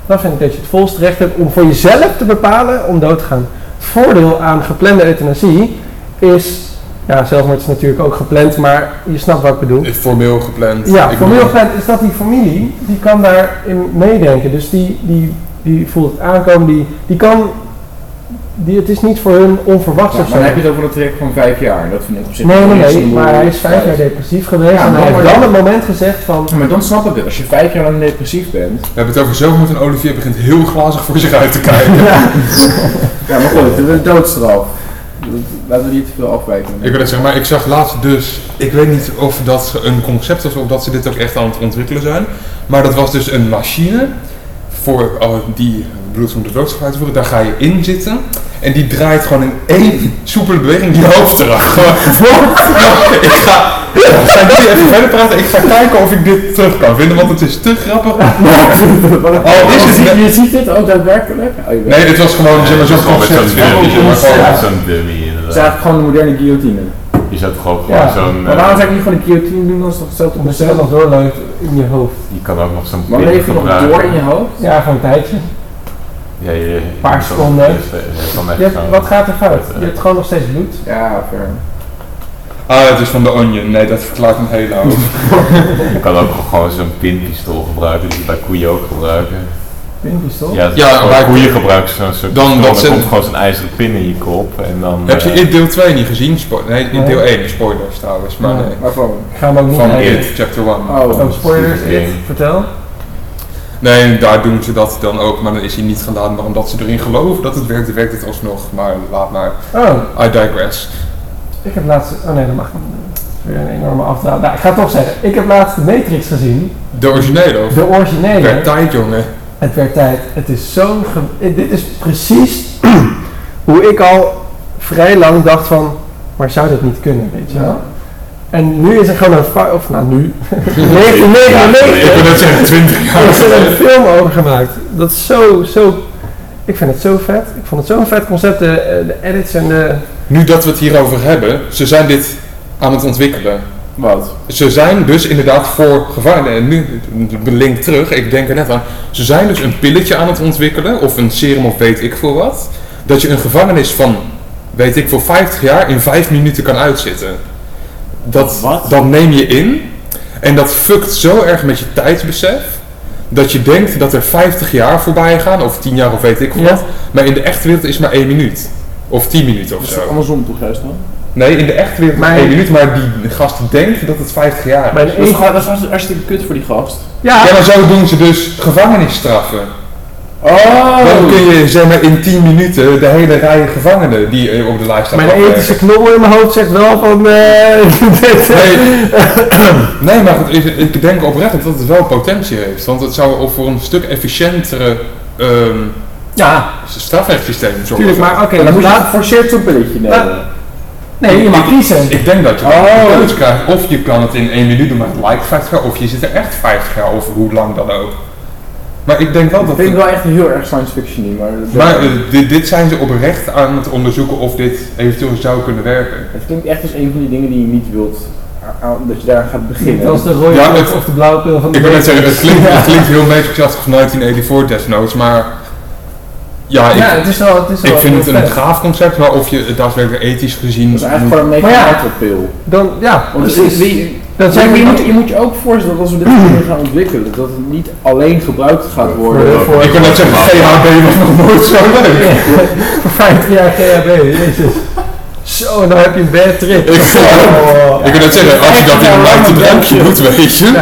Speaker 2: dan vind ik dat je het volste recht hebt om voor jezelf te bepalen om dood te gaan. Het voordeel aan geplande euthanasie is, ja, zelfmoord is natuurlijk ook gepland, maar je snapt wat ik bedoel.
Speaker 1: Formeel gepland.
Speaker 2: Ja,
Speaker 1: Ik
Speaker 2: voor heel
Speaker 1: bedoel-
Speaker 2: fijn is dat die familie, die kan daarin meedenken. Dus die, die, die voelt het aankomen, die, die kan, die, het is niet voor hun onverwachts
Speaker 3: Ja, maar
Speaker 2: of zo.
Speaker 3: dan heb je het over een traject van vijf jaar. Dat vind ik op zich
Speaker 2: Nee,
Speaker 3: een
Speaker 2: nee, nee,
Speaker 3: simpel-
Speaker 2: maar hij is vijf jaar depressief geweest
Speaker 3: Ja,
Speaker 2: en hij
Speaker 3: maar-
Speaker 2: heeft dan het moment gezegd van,
Speaker 3: Maar dan snap ik het. Als je vijf jaar lang depressief bent,
Speaker 1: We hebben het over zelfmoord en Olivier begint heel glazig voor zich uit te kijken.
Speaker 3: Ja, maar goed, de doodstraf. Laten we niet te veel afwijken.
Speaker 1: Ik wil net zeggen, maar ik zag laatst dus, ik weet niet of dat ze een concept was of dat ze dit ook echt aan het ontwikkelen zijn, maar dat was dus een machine voor oh, die bloed om de doodstraf uit te voeren. Daar ga je in zitten en die draait gewoon in één soepele beweging je hoofd eraf. Gewoon, nou, ik ga, ik ga nu even verder praten, ik ga kijken of ik dit terug kan vinden, want het is te grappig. Al Oh, is het
Speaker 3: je,
Speaker 1: net-
Speaker 3: ziet dit ook daadwerkelijk? Oh, je weet.
Speaker 1: Nee, dit was gewoon zeg maar, zo'n
Speaker 4: Zo'n
Speaker 1: concept. Ah,
Speaker 4: zo'n dummy,
Speaker 1: Ja, maar gewoon-
Speaker 4: ja, zo'n dummy
Speaker 3: Het
Speaker 4: inderdaad.
Speaker 3: is Dus eigenlijk gewoon de moderne guillotine.
Speaker 4: Je zou toch ook gewoon
Speaker 2: Ja,
Speaker 4: zo'n...
Speaker 3: maar
Speaker 4: eh,
Speaker 3: waarom zou ik niet gewoon een guillotine doen als het toch hetzelfde
Speaker 2: om mezelf nog doorloopt in je hoofd.
Speaker 4: eh, je kan ook nog zo'n
Speaker 3: Maar
Speaker 4: pin
Speaker 3: leef je nog
Speaker 4: gebruiken.
Speaker 3: door in je hoofd?
Speaker 2: Ja, gewoon een tijdje.
Speaker 4: Ja, je- je, eh,
Speaker 2: Paar
Speaker 4: moet dan-
Speaker 2: seconden.
Speaker 4: je- je kan echt
Speaker 2: Je hebt-
Speaker 4: zo'n-
Speaker 2: wat gaat er fout? Je hebt gewoon nog steeds bloed.
Speaker 3: Ja, ver.
Speaker 1: Ah, het is van de Onion. Nee, dat verklaart een hele hoop.
Speaker 4: Je kan ook gewoon zo'n pinpistool gebruiken, die je bij koeien ook gebruiken.
Speaker 3: Oh.
Speaker 2: Pinpistool?
Speaker 4: Ja,
Speaker 1: Ja,
Speaker 4: ja bij
Speaker 1: maar-
Speaker 4: koeien gebruiken ze zo'n soort
Speaker 1: Dan
Speaker 4: pistool,
Speaker 1: dat
Speaker 4: dan
Speaker 1: ze-
Speaker 4: komt gewoon zo'n ijzeren pin in je kop en dan...
Speaker 1: Heb je
Speaker 4: eh,
Speaker 1: in deel 2 niet gezien? Spo- nee, in
Speaker 2: Nee.
Speaker 1: deel 1 spoilers trouwens, maar
Speaker 2: Nee.
Speaker 1: nee.
Speaker 3: Waarvan?
Speaker 2: Ik ga hem ook niet
Speaker 1: Van
Speaker 2: kijken.
Speaker 1: It, chapter 1.
Speaker 3: Oh.
Speaker 2: Oh, spoilers, It,
Speaker 4: Ding.
Speaker 2: vertel.
Speaker 1: Nee, daar doen ze dat dan ook, maar dan is hij niet gedaan. Maar omdat ze erin geloven dat het werkt, werkt het alsnog. Maar laat maar.
Speaker 2: Oh,
Speaker 1: I digress.
Speaker 2: Ik heb laatst. Oh nee, dat mag niet. Weer een enorme afdraad. Nou, ik ga het toch zeggen. Ik heb laatst de Matrix gezien.
Speaker 1: De originele of?
Speaker 2: De
Speaker 1: Werd
Speaker 2: originele.
Speaker 1: tijd, jongen.
Speaker 2: Het werd tijd. Het is zo'n. ge- eh, Dit is precies hoe ik al vrij lang dacht van. Maar zou dit niet kunnen, weet je wel? En nu is er gewoon een. fa- Of nou, nu.
Speaker 1: Ik
Speaker 2: 1999.
Speaker 1: wil net zeggen, 20
Speaker 2: Er
Speaker 1: jaar
Speaker 2: is er een
Speaker 1: geleden.
Speaker 2: film over gemaakt. Dat is zo, zo. Ik vind het zo vet. Ik vond het zo'n vet concept. De, eh, de edits en de.
Speaker 1: Nu dat we het hierover hebben, ze zijn dit aan het ontwikkelen.
Speaker 3: Wat?
Speaker 1: Ze zijn dus inderdaad voor gevangenen. En nu, de link terug, ik denk er net aan. Ze zijn dus een pilletje aan het ontwikkelen, of een serum of weet ik veel wat. Dat je een gevangenis van, weet ik veel, 50 jaar in 5 minuten kan uitzitten. Dat,
Speaker 4: Wat?
Speaker 1: dat neem je in. En dat fuckt zo erg met je tijdsbesef. Dat je denkt dat er 50 jaar voorbij gaan, of 10 jaar of weet ik veel
Speaker 2: Ja.
Speaker 1: wat. Maar in de echte wereld is maar 1 minuut. Of 10 minuten of
Speaker 3: Is het
Speaker 1: zo.
Speaker 3: andersom toch juist dan?
Speaker 1: Nee, in de echte wereld maar
Speaker 2: Maar-
Speaker 1: 1 minuut. Maar die gast denkt dat het 50 jaar is.
Speaker 2: Bij de
Speaker 3: Dat is
Speaker 2: ene-
Speaker 3: gewoon- dat is hartstikke- hartstikke kut voor die gast.
Speaker 2: Ah.
Speaker 1: Ja, maar zo doen ze dus gevangenisstraffen.
Speaker 3: Oh!
Speaker 1: Dan kun je zeg maar in 10 minuten de hele rij gevangenen die eh, op de lijst staan.
Speaker 2: Mijn
Speaker 1: afwerken.
Speaker 2: ethische knobbel in mijn hoofd zegt wel van. eh dit-
Speaker 1: Nee, nee, maar goed, ik, ik denk oprecht dat het wel potentie heeft. Want het zou ook voor een stuk efficiëntere ehm
Speaker 2: Ja,
Speaker 1: strafrechtssysteem zorgen.
Speaker 2: tuurlijk, maar oké.
Speaker 3: Dan moet je
Speaker 2: laat-
Speaker 3: geforceerd zo'n pilletje nemen.
Speaker 2: nee, je mag kiezen.
Speaker 1: Ik denk dat je
Speaker 3: Oh.
Speaker 1: een keuze krijgt. Of je kan het in 1 minuut doen, maar het lijkt 50 jaar. Of je zit er echt 50 jaar over, hoe lang dan ook. Maar ik denk wel
Speaker 3: Dat
Speaker 1: dat...
Speaker 3: vind ik
Speaker 1: het-
Speaker 3: wel echt heel erg science fiction maar...
Speaker 1: maar eh, dit, dit zijn ze oprecht aan het onderzoeken of dit eventueel zou kunnen werken.
Speaker 3: Het klinkt echt als een van die dingen die je niet wilt a- aan, dat je daar gaat beginnen.
Speaker 2: Dat is de rode
Speaker 1: Ja,
Speaker 2: pil
Speaker 1: het-
Speaker 2: of de blauwe pil van de
Speaker 1: Ik wil net zeggen,
Speaker 2: Matrix.
Speaker 1: het klinkt, het klinkt heel Matrix-achtig van 1984 desnoods, maar... Ja, ik,
Speaker 2: Ja, het is wel... Het is wel
Speaker 1: ik vind het
Speaker 2: heel
Speaker 1: een
Speaker 2: vet.
Speaker 1: gaaf concept, maar of je het daadwerkelijk ethisch gezien...
Speaker 3: Dat is eigenlijk gewoon een
Speaker 2: Maar ja.
Speaker 3: mechanische
Speaker 2: Dan, ja,
Speaker 1: Oh,
Speaker 3: Want
Speaker 2: precies.
Speaker 3: wie-
Speaker 2: dat
Speaker 3: Ja,
Speaker 2: zijn
Speaker 3: maar
Speaker 2: we
Speaker 3: je, moet,
Speaker 2: niet...
Speaker 3: je moet je ook voorstellen dat als we dit dingen gaan ontwikkelen, dat het niet alleen gebruikt gaat worden.
Speaker 2: Voor-
Speaker 1: Ik wil net zeggen, GHB was nog nooit zo leuk.
Speaker 2: Voor 50 jaar GHB, jezus. Zo, nou heb je een bad trip.
Speaker 1: Ik-
Speaker 2: Oh.
Speaker 1: Ik wil net zeggen, als je dat in een lijn drankje doet, weet je.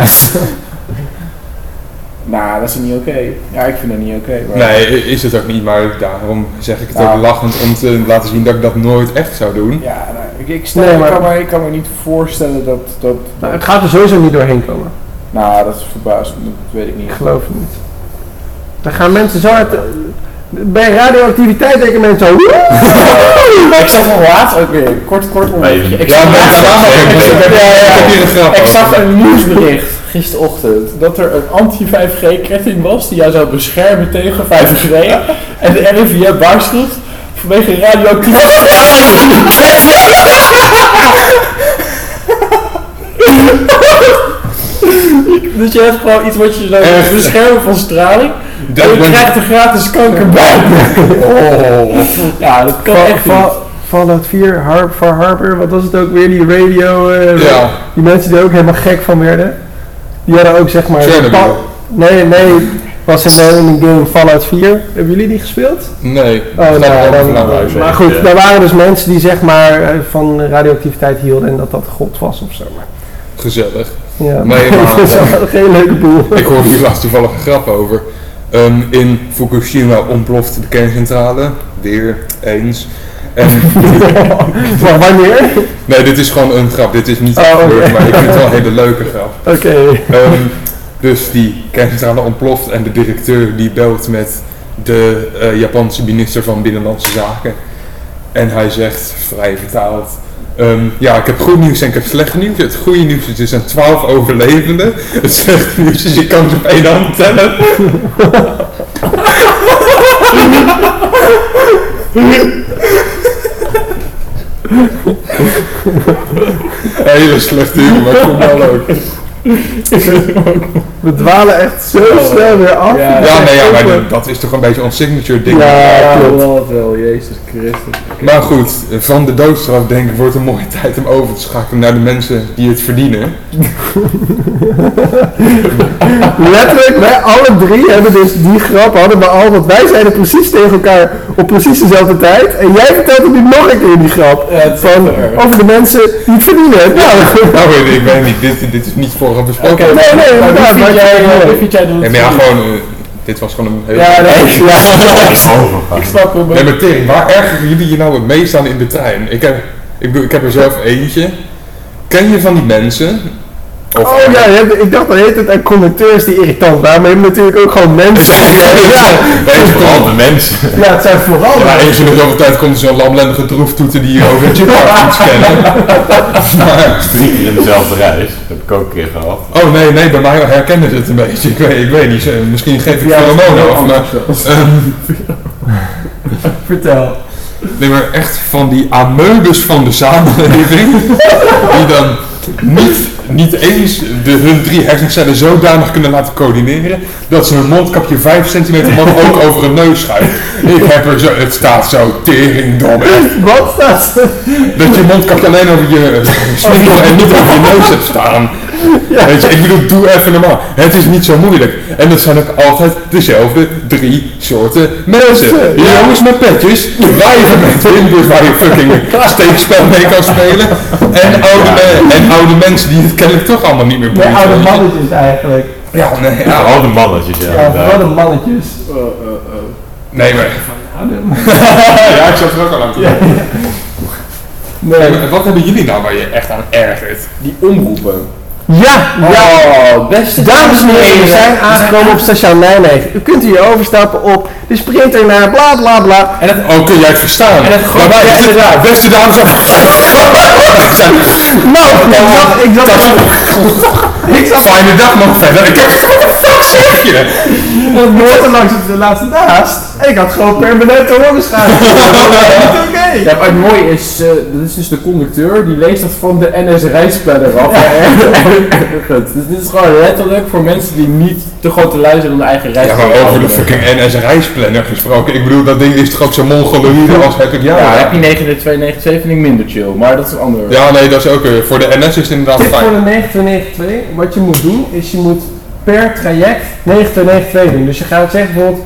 Speaker 3: Nou, dat is niet oké. Ja, ik vind dat niet oké. maar-
Speaker 1: Nee, i- is het ook niet, maar daarom zeg ik het
Speaker 3: Ja.
Speaker 1: ook lachend om te laten zien dat ik dat nooit echt zou doen.
Speaker 3: Ja, nou, ik, ik, stel,
Speaker 2: Nee, maar-
Speaker 3: ik, kan me, ik kan me niet voorstellen dat dat...
Speaker 2: Nou,
Speaker 3: dat-
Speaker 2: het gaat er sowieso niet doorheen komen.
Speaker 3: nou, dat is verbazend. Dat weet ik niet.
Speaker 2: Ik geloof het niet. Dan gaan mensen zo uit... de- Bij radioactiviteit denken mensen zo... "Woe!"
Speaker 3: Ik zag nog laatst ook weer, kort, kort om.
Speaker 4: Nee,
Speaker 3: ik
Speaker 4: ja,
Speaker 3: zag
Speaker 1: maar
Speaker 3: laatst-
Speaker 1: het gaat ook niet.
Speaker 3: Ik heb-
Speaker 1: Ja, ja, ja. Ik heb hier een grap
Speaker 3: Ik zag
Speaker 1: over.
Speaker 3: een nieuwsbericht gisterochtend dat er een anti-5G-ketting was die jou zou beschermen tegen 5G. En de RIVM waarschuwt vanwege radioactiviteit. Dus je hebt gewoon iets wat je zou
Speaker 1: Echt?
Speaker 3: beschermen van straling.
Speaker 1: Dat
Speaker 3: en je
Speaker 1: ben-
Speaker 3: krijgt er gratis kanker bij.
Speaker 1: Oh.
Speaker 3: Ja, dat kan
Speaker 2: Val-
Speaker 3: echt niet.
Speaker 2: Val- Fallout 4, Har Far Harbor, wat was het ook weer, die radio... eh,
Speaker 1: Ja,
Speaker 2: Die mensen die er ook helemaal gek van werden. Die hadden ook zeg maar...
Speaker 1: Chernobyl.
Speaker 2: pa- Nee, nee. Was in de, in de game Fallout 4. Hebben jullie die gespeeld?
Speaker 1: Nee.
Speaker 2: Oh,
Speaker 1: Dat
Speaker 2: nou,
Speaker 1: gaat
Speaker 2: dan-
Speaker 1: over naar huis.
Speaker 4: Nee,
Speaker 2: maar goed,
Speaker 4: eh.
Speaker 2: daar waren dus mensen die zeg maar eh, van radioactiviteit hielden en dat dat god was of zo. Maar,
Speaker 1: Gezellig.
Speaker 2: ja,
Speaker 1: Nee, maar-
Speaker 2: dat is wel geen leuke boel.
Speaker 1: Ik hoorde hier laatst toevallig een grap over. Ehm, in Fukushima ontplofte de kerncentrale. Weer eens. En,
Speaker 2: Maar wanneer?
Speaker 1: nee, dit is gewoon een grap. Dit is niet
Speaker 2: Oh,
Speaker 1: echt gebeurd,
Speaker 2: oké.
Speaker 1: maar ik vind het wel een hele leuke grap.
Speaker 2: Oké.
Speaker 1: Ehm, dus die kerncentrale ontploft en de directeur die belt met de eh, Japanse minister van Binnenlandse Zaken. En hij zegt, vrij vertaald, ehm, ja ik heb goed nieuws en ik heb slecht nieuws. Het goede nieuws is er zijn 12 overlevenden. Het slechte nieuws is je kan ze op één hand tellen. Hele slechte humor, maar ik vond het wel leuk.
Speaker 2: We dwalen echt zo snel weer af.
Speaker 3: Ja.
Speaker 2: Dat is
Speaker 1: Ja,
Speaker 2: echt
Speaker 1: nee, ja, maar
Speaker 2: super.
Speaker 1: dat- dat is toch een beetje ons signature ding.
Speaker 2: Ja, klopt.
Speaker 3: wel, wel, Jezus Christus.
Speaker 1: Maar goed, van de doodstraf denken wordt een mooie tijd om over te schakelen naar de mensen die het verdienen.
Speaker 2: Letterlijk, wij alle drie hebben dus die grap hadden we al, want wij zeiden precies tegen elkaar op precies dezelfde tijd. En jij vertelt hem nu nog een keer die grap.
Speaker 3: Ja, het is
Speaker 2: van
Speaker 3: wel erg.
Speaker 2: over de mensen die het verdienen. Nou,
Speaker 1: Nou, weet ik, ik weet niet, dit, dit is niet vorige besproken.
Speaker 3: Oké,
Speaker 2: nee, nee,
Speaker 3: maar
Speaker 2: inderdaad,
Speaker 3: wie
Speaker 2: maar
Speaker 3: vind
Speaker 2: het is
Speaker 3: jij,
Speaker 2: wel
Speaker 3: eh,
Speaker 2: leuk.
Speaker 3: wie vind jij dat
Speaker 1: Nee,
Speaker 3: het
Speaker 1: maar ja,
Speaker 3: goed is?
Speaker 1: gewoon, eh, dit was gewoon een hele...
Speaker 2: Ja, nee, ja.
Speaker 3: Ik snap hem.
Speaker 1: Nee, maar Tering, waar ergeren jullie je nou het meest aan in de trein? Ik heb, ik, bedoel, ik heb er zelf eentje. Ken je van die mensen? Of
Speaker 2: Oh ja, je hebt- ik dacht al de hele tijd aan conducteurs die irritant waren, maar je hebt natuurlijk ook gewoon mensen. die- ja,
Speaker 4: Nee, vooral de mensen.
Speaker 2: ja, het zijn vooral
Speaker 1: Ja,
Speaker 2: mensen.
Speaker 1: eens in de zoveel tijd komt er zo'n lamlendige droeftoeter die je over het chipkaart moet scannen. Maar-
Speaker 4: Drie keer in dezelfde reis. Dat heb ik ook een keer gehad.
Speaker 1: Oh nee, nee, bij mij herkennen ze het een beetje. Ik weet, ik weet niet, eh, misschien geef ik
Speaker 2: Ja,
Speaker 1: pheromonen af, maar... ehm,
Speaker 2: Vertel.
Speaker 1: Nee, maar echt van die ameubus van de samenleving. die dan niet, niet eens de, hun drie hersencellen zodanig kunnen laten coördineren. dat ze hun mondkapje 5 centimeter omhoog ook over hun neus schuiven. Ik heb er zo, het staat zo teringdom. echt.
Speaker 2: Wat staat er?
Speaker 1: Dat je mondkapje alleen over je spiegel en niet over je neus hebt staan. Weet je, ik bedoel, doe even normaal. Het is niet zo moeilijk. En dat zijn ook altijd dezelfde drie soorten mensen. Die Jongens met petjes, wijven met wimpers dus waar je fucking steekspel mee kan spelen. En oude, me- en oude mensen die het kennelijk toch allemaal niet meer
Speaker 2: Ja,
Speaker 1: boeien.
Speaker 2: oude mannetjes eigenlijk.
Speaker 1: Ja, nee, ja.
Speaker 4: Vooral de mannetjes, ja.
Speaker 2: Ja,
Speaker 4: inderdaad.
Speaker 2: vooral de mannetjes.
Speaker 1: Nee, maar... Ja, ik zat er ook al aan te denken.
Speaker 2: Nee.
Speaker 1: Maar Wat hebben jullie nou waar je echt aan ergert?
Speaker 3: Die omroepen.
Speaker 2: Ja, ja. Dus
Speaker 3: Oh, beste
Speaker 2: Dames en heren, we zijn aangekomen op station Nijmegen. U kunt hier overstappen op de sprinter naar bla bla bla.
Speaker 3: En het
Speaker 1: Oh, kun jij het verstaan?
Speaker 3: En het gewoon
Speaker 1: Maar wij-
Speaker 3: beste raad.
Speaker 1: Beste dames en
Speaker 2: Nou,
Speaker 3: Oh,
Speaker 2: ik zat, ik zat,
Speaker 1: Fijne dag nog verder. Ik heb- Wat de fuck zeg je?
Speaker 2: Want Noorten langs de laatste naast. En ik had gewoon permanente hongerschade. Dat is oké.
Speaker 3: Ja, maar het mooie is, eh, dat is dus de conducteur, die leest dat van de NS-reisplanner af. Goed, dus dit is gewoon letterlijk voor mensen die niet te grote luisteren dan de eigen
Speaker 1: Ja,
Speaker 3: reisplanner.
Speaker 1: maar over de
Speaker 3: hebben.
Speaker 1: fucking NS reisplanner gesproken. Ik bedoel, dat ding is toch ook zo mongoloïde als het het
Speaker 3: Ja,
Speaker 1: jaar.
Speaker 3: heb je 9297 vind ik minder chill, maar dat is een ander.
Speaker 1: Ja, nee, dat is ook... eh, voor de NS is het inderdaad
Speaker 2: Tip voor
Speaker 1: fijn.
Speaker 2: de 9292, wat je moet doen, is je moet per traject 9292 doen. Dus je gaat zeggen bijvoorbeeld,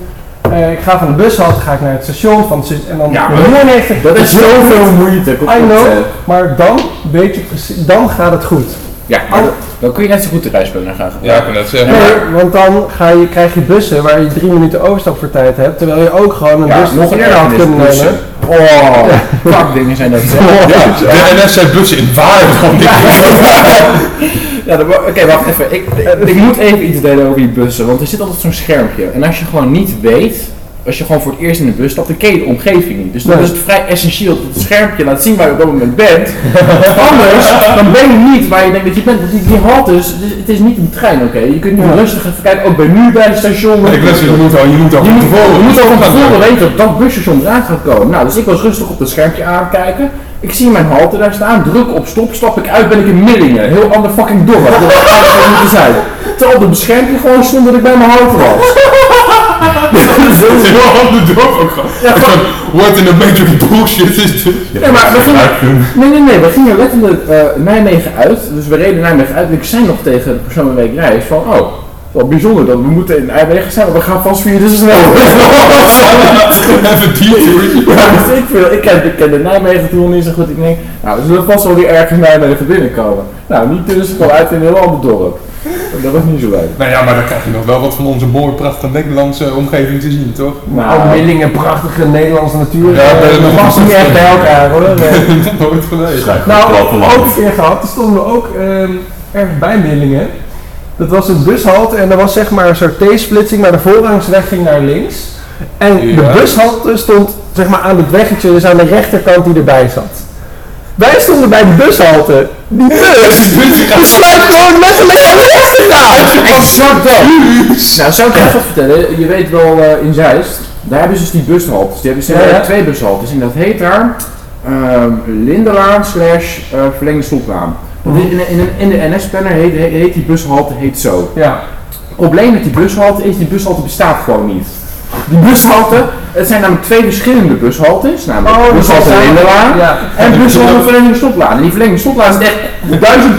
Speaker 2: eh, ik ga van de bushalte ga ik naar het station, van het station en dan
Speaker 3: Ja, maar
Speaker 2: 93.
Speaker 3: Dat is zoveel moeite. kom
Speaker 2: I
Speaker 3: op,
Speaker 2: know,
Speaker 3: eh.
Speaker 2: maar dan weet je precies, dan gaat het goed.
Speaker 3: Ja, maar dat- dan kun je net zo goed de reisplanner gaan
Speaker 1: Ja, ik
Speaker 3: gebruiken.
Speaker 1: kan dat eh, zeggen.
Speaker 2: Nee, want dan ga je, krijg je bussen waar je drie minuten overstap voor tijd hebt, terwijl je ook gewoon een
Speaker 3: Ja,
Speaker 2: bus
Speaker 3: nog een
Speaker 2: eerder had
Speaker 3: ergernis,
Speaker 2: kunnen
Speaker 3: bussen.
Speaker 2: nemen.
Speaker 3: Oh, dingen zijn dat. zeg.
Speaker 1: Ja, de NS zijn bussen in waarde van dit.
Speaker 3: Ja, dan- Oké, wacht even. Ik, Eh, ik, ik moet even iets delen over die bussen, want er zit altijd zo'n schermpje. En als je gewoon niet weet, als je gewoon voor het eerst in de bus stapt, dan ken je de omgeving niet. Dus dan
Speaker 2: Nee.
Speaker 3: is het vrij essentieel dat het schermpje laat zien waar je op dat moment bent. Anders, dan ben je niet waar je denkt dat je bent. Want die, die haltes, het is- het is niet een trein, oké? Je kunt niet rustig even kijken, ook bij nu bij het station.
Speaker 1: Ik wist, je moet al, je moet al
Speaker 3: Je
Speaker 1: van
Speaker 3: moet,
Speaker 1: tevoren.
Speaker 3: je moet al van
Speaker 1: gaan
Speaker 3: tevoren
Speaker 1: doen.
Speaker 3: weten dat dat busstation eraan gaat komen. Nou, dus ik was rustig op het schermpje aankijken. Ik zie mijn halte daar staan, druk op stop, stap ik uit, ben ik in Millingen. Heel ander fucking dorp. Dat had niet te zijn. Terwijl op het schermpje gewoon stond dat ik bij mijn halte was.
Speaker 1: Dat is wel op de dorp ook gewoon.
Speaker 3: Ja,
Speaker 1: Echt van, What in the major bullshit is dit?
Speaker 3: Nee, maar we gingen,
Speaker 4: Uitkomen.
Speaker 3: nee, nee, nee, we gingen letterlijk eh, Nijmegen uit. Dus we reden Nijmegen uit. En ik zei nog tegen de persoon waarmee ik rijd van, oh, wat bijzonder dat we moeten in Nijmegen zijn, maar we gaan vast dus via de snelweg.
Speaker 1: Even detour.
Speaker 3: Ja, dus ik, wil, ik, ken, ik ken de Nijmegen toen nog niet zo goed. Ik denk, nou, we zullen vast wel weer ergens in Nijmegen binnenkomen. Nou, niet dus, gewoon uit in een heel ander dorp. Dat was niet zo leuk.
Speaker 1: Nou ja, maar dan krijg je nog wel wat van onze mooie, prachtige Nederlandse omgeving te zien, toch?
Speaker 2: Nou,
Speaker 3: Nou,
Speaker 2: Millingen, prachtige Nederlandse natuur.
Speaker 1: Ja,
Speaker 2: eh,
Speaker 1: dat-
Speaker 2: dat past niet echt bij elkaar hoor. Eh,
Speaker 1: Nooit geweest.
Speaker 4: Schrijf nou,
Speaker 2: Nou, ook een
Speaker 4: platteland.
Speaker 2: keer gehad. Toen stonden we ook ehm erg bij Millingen. Dat was een bushalte en er was zeg maar een soort T-splitsing, maar de voorrangsweg ging naar links. En
Speaker 1: Ja.
Speaker 2: de bushalte stond zeg maar aan het weggetje, dus aan de rechterkant die erbij zat. Wij stonden bij de bushalte. Die bus, die sluit gewoon letterlijk aan de rechterkant.
Speaker 3: hij zat wel. Nou, zou ik je even wat vertellen? Je weet wel, eh, in Zeist, daar hebben ze dus die bushaltes. Die hebben ze
Speaker 2: Ja, ja.
Speaker 3: twee bushaltes. En dat heet daar ehm Lindelaan slash eh, Verlengde Slotlaan. Want In, in, in- in de NS-planner heet, heet, heet die bushalte heet zo.
Speaker 2: Ja,
Speaker 3: probleem met die bushalte is, die bushalte bestaat gewoon niet. Die bushalte, het zijn namelijk twee verschillende bushaltes, namelijk
Speaker 2: Oh, dus
Speaker 3: bushalte
Speaker 2: dat zijn-
Speaker 3: Lindelaan
Speaker 2: ja.
Speaker 3: en bushalte verlengde stoplaan. En die verlengde stoplaan zit echt duizend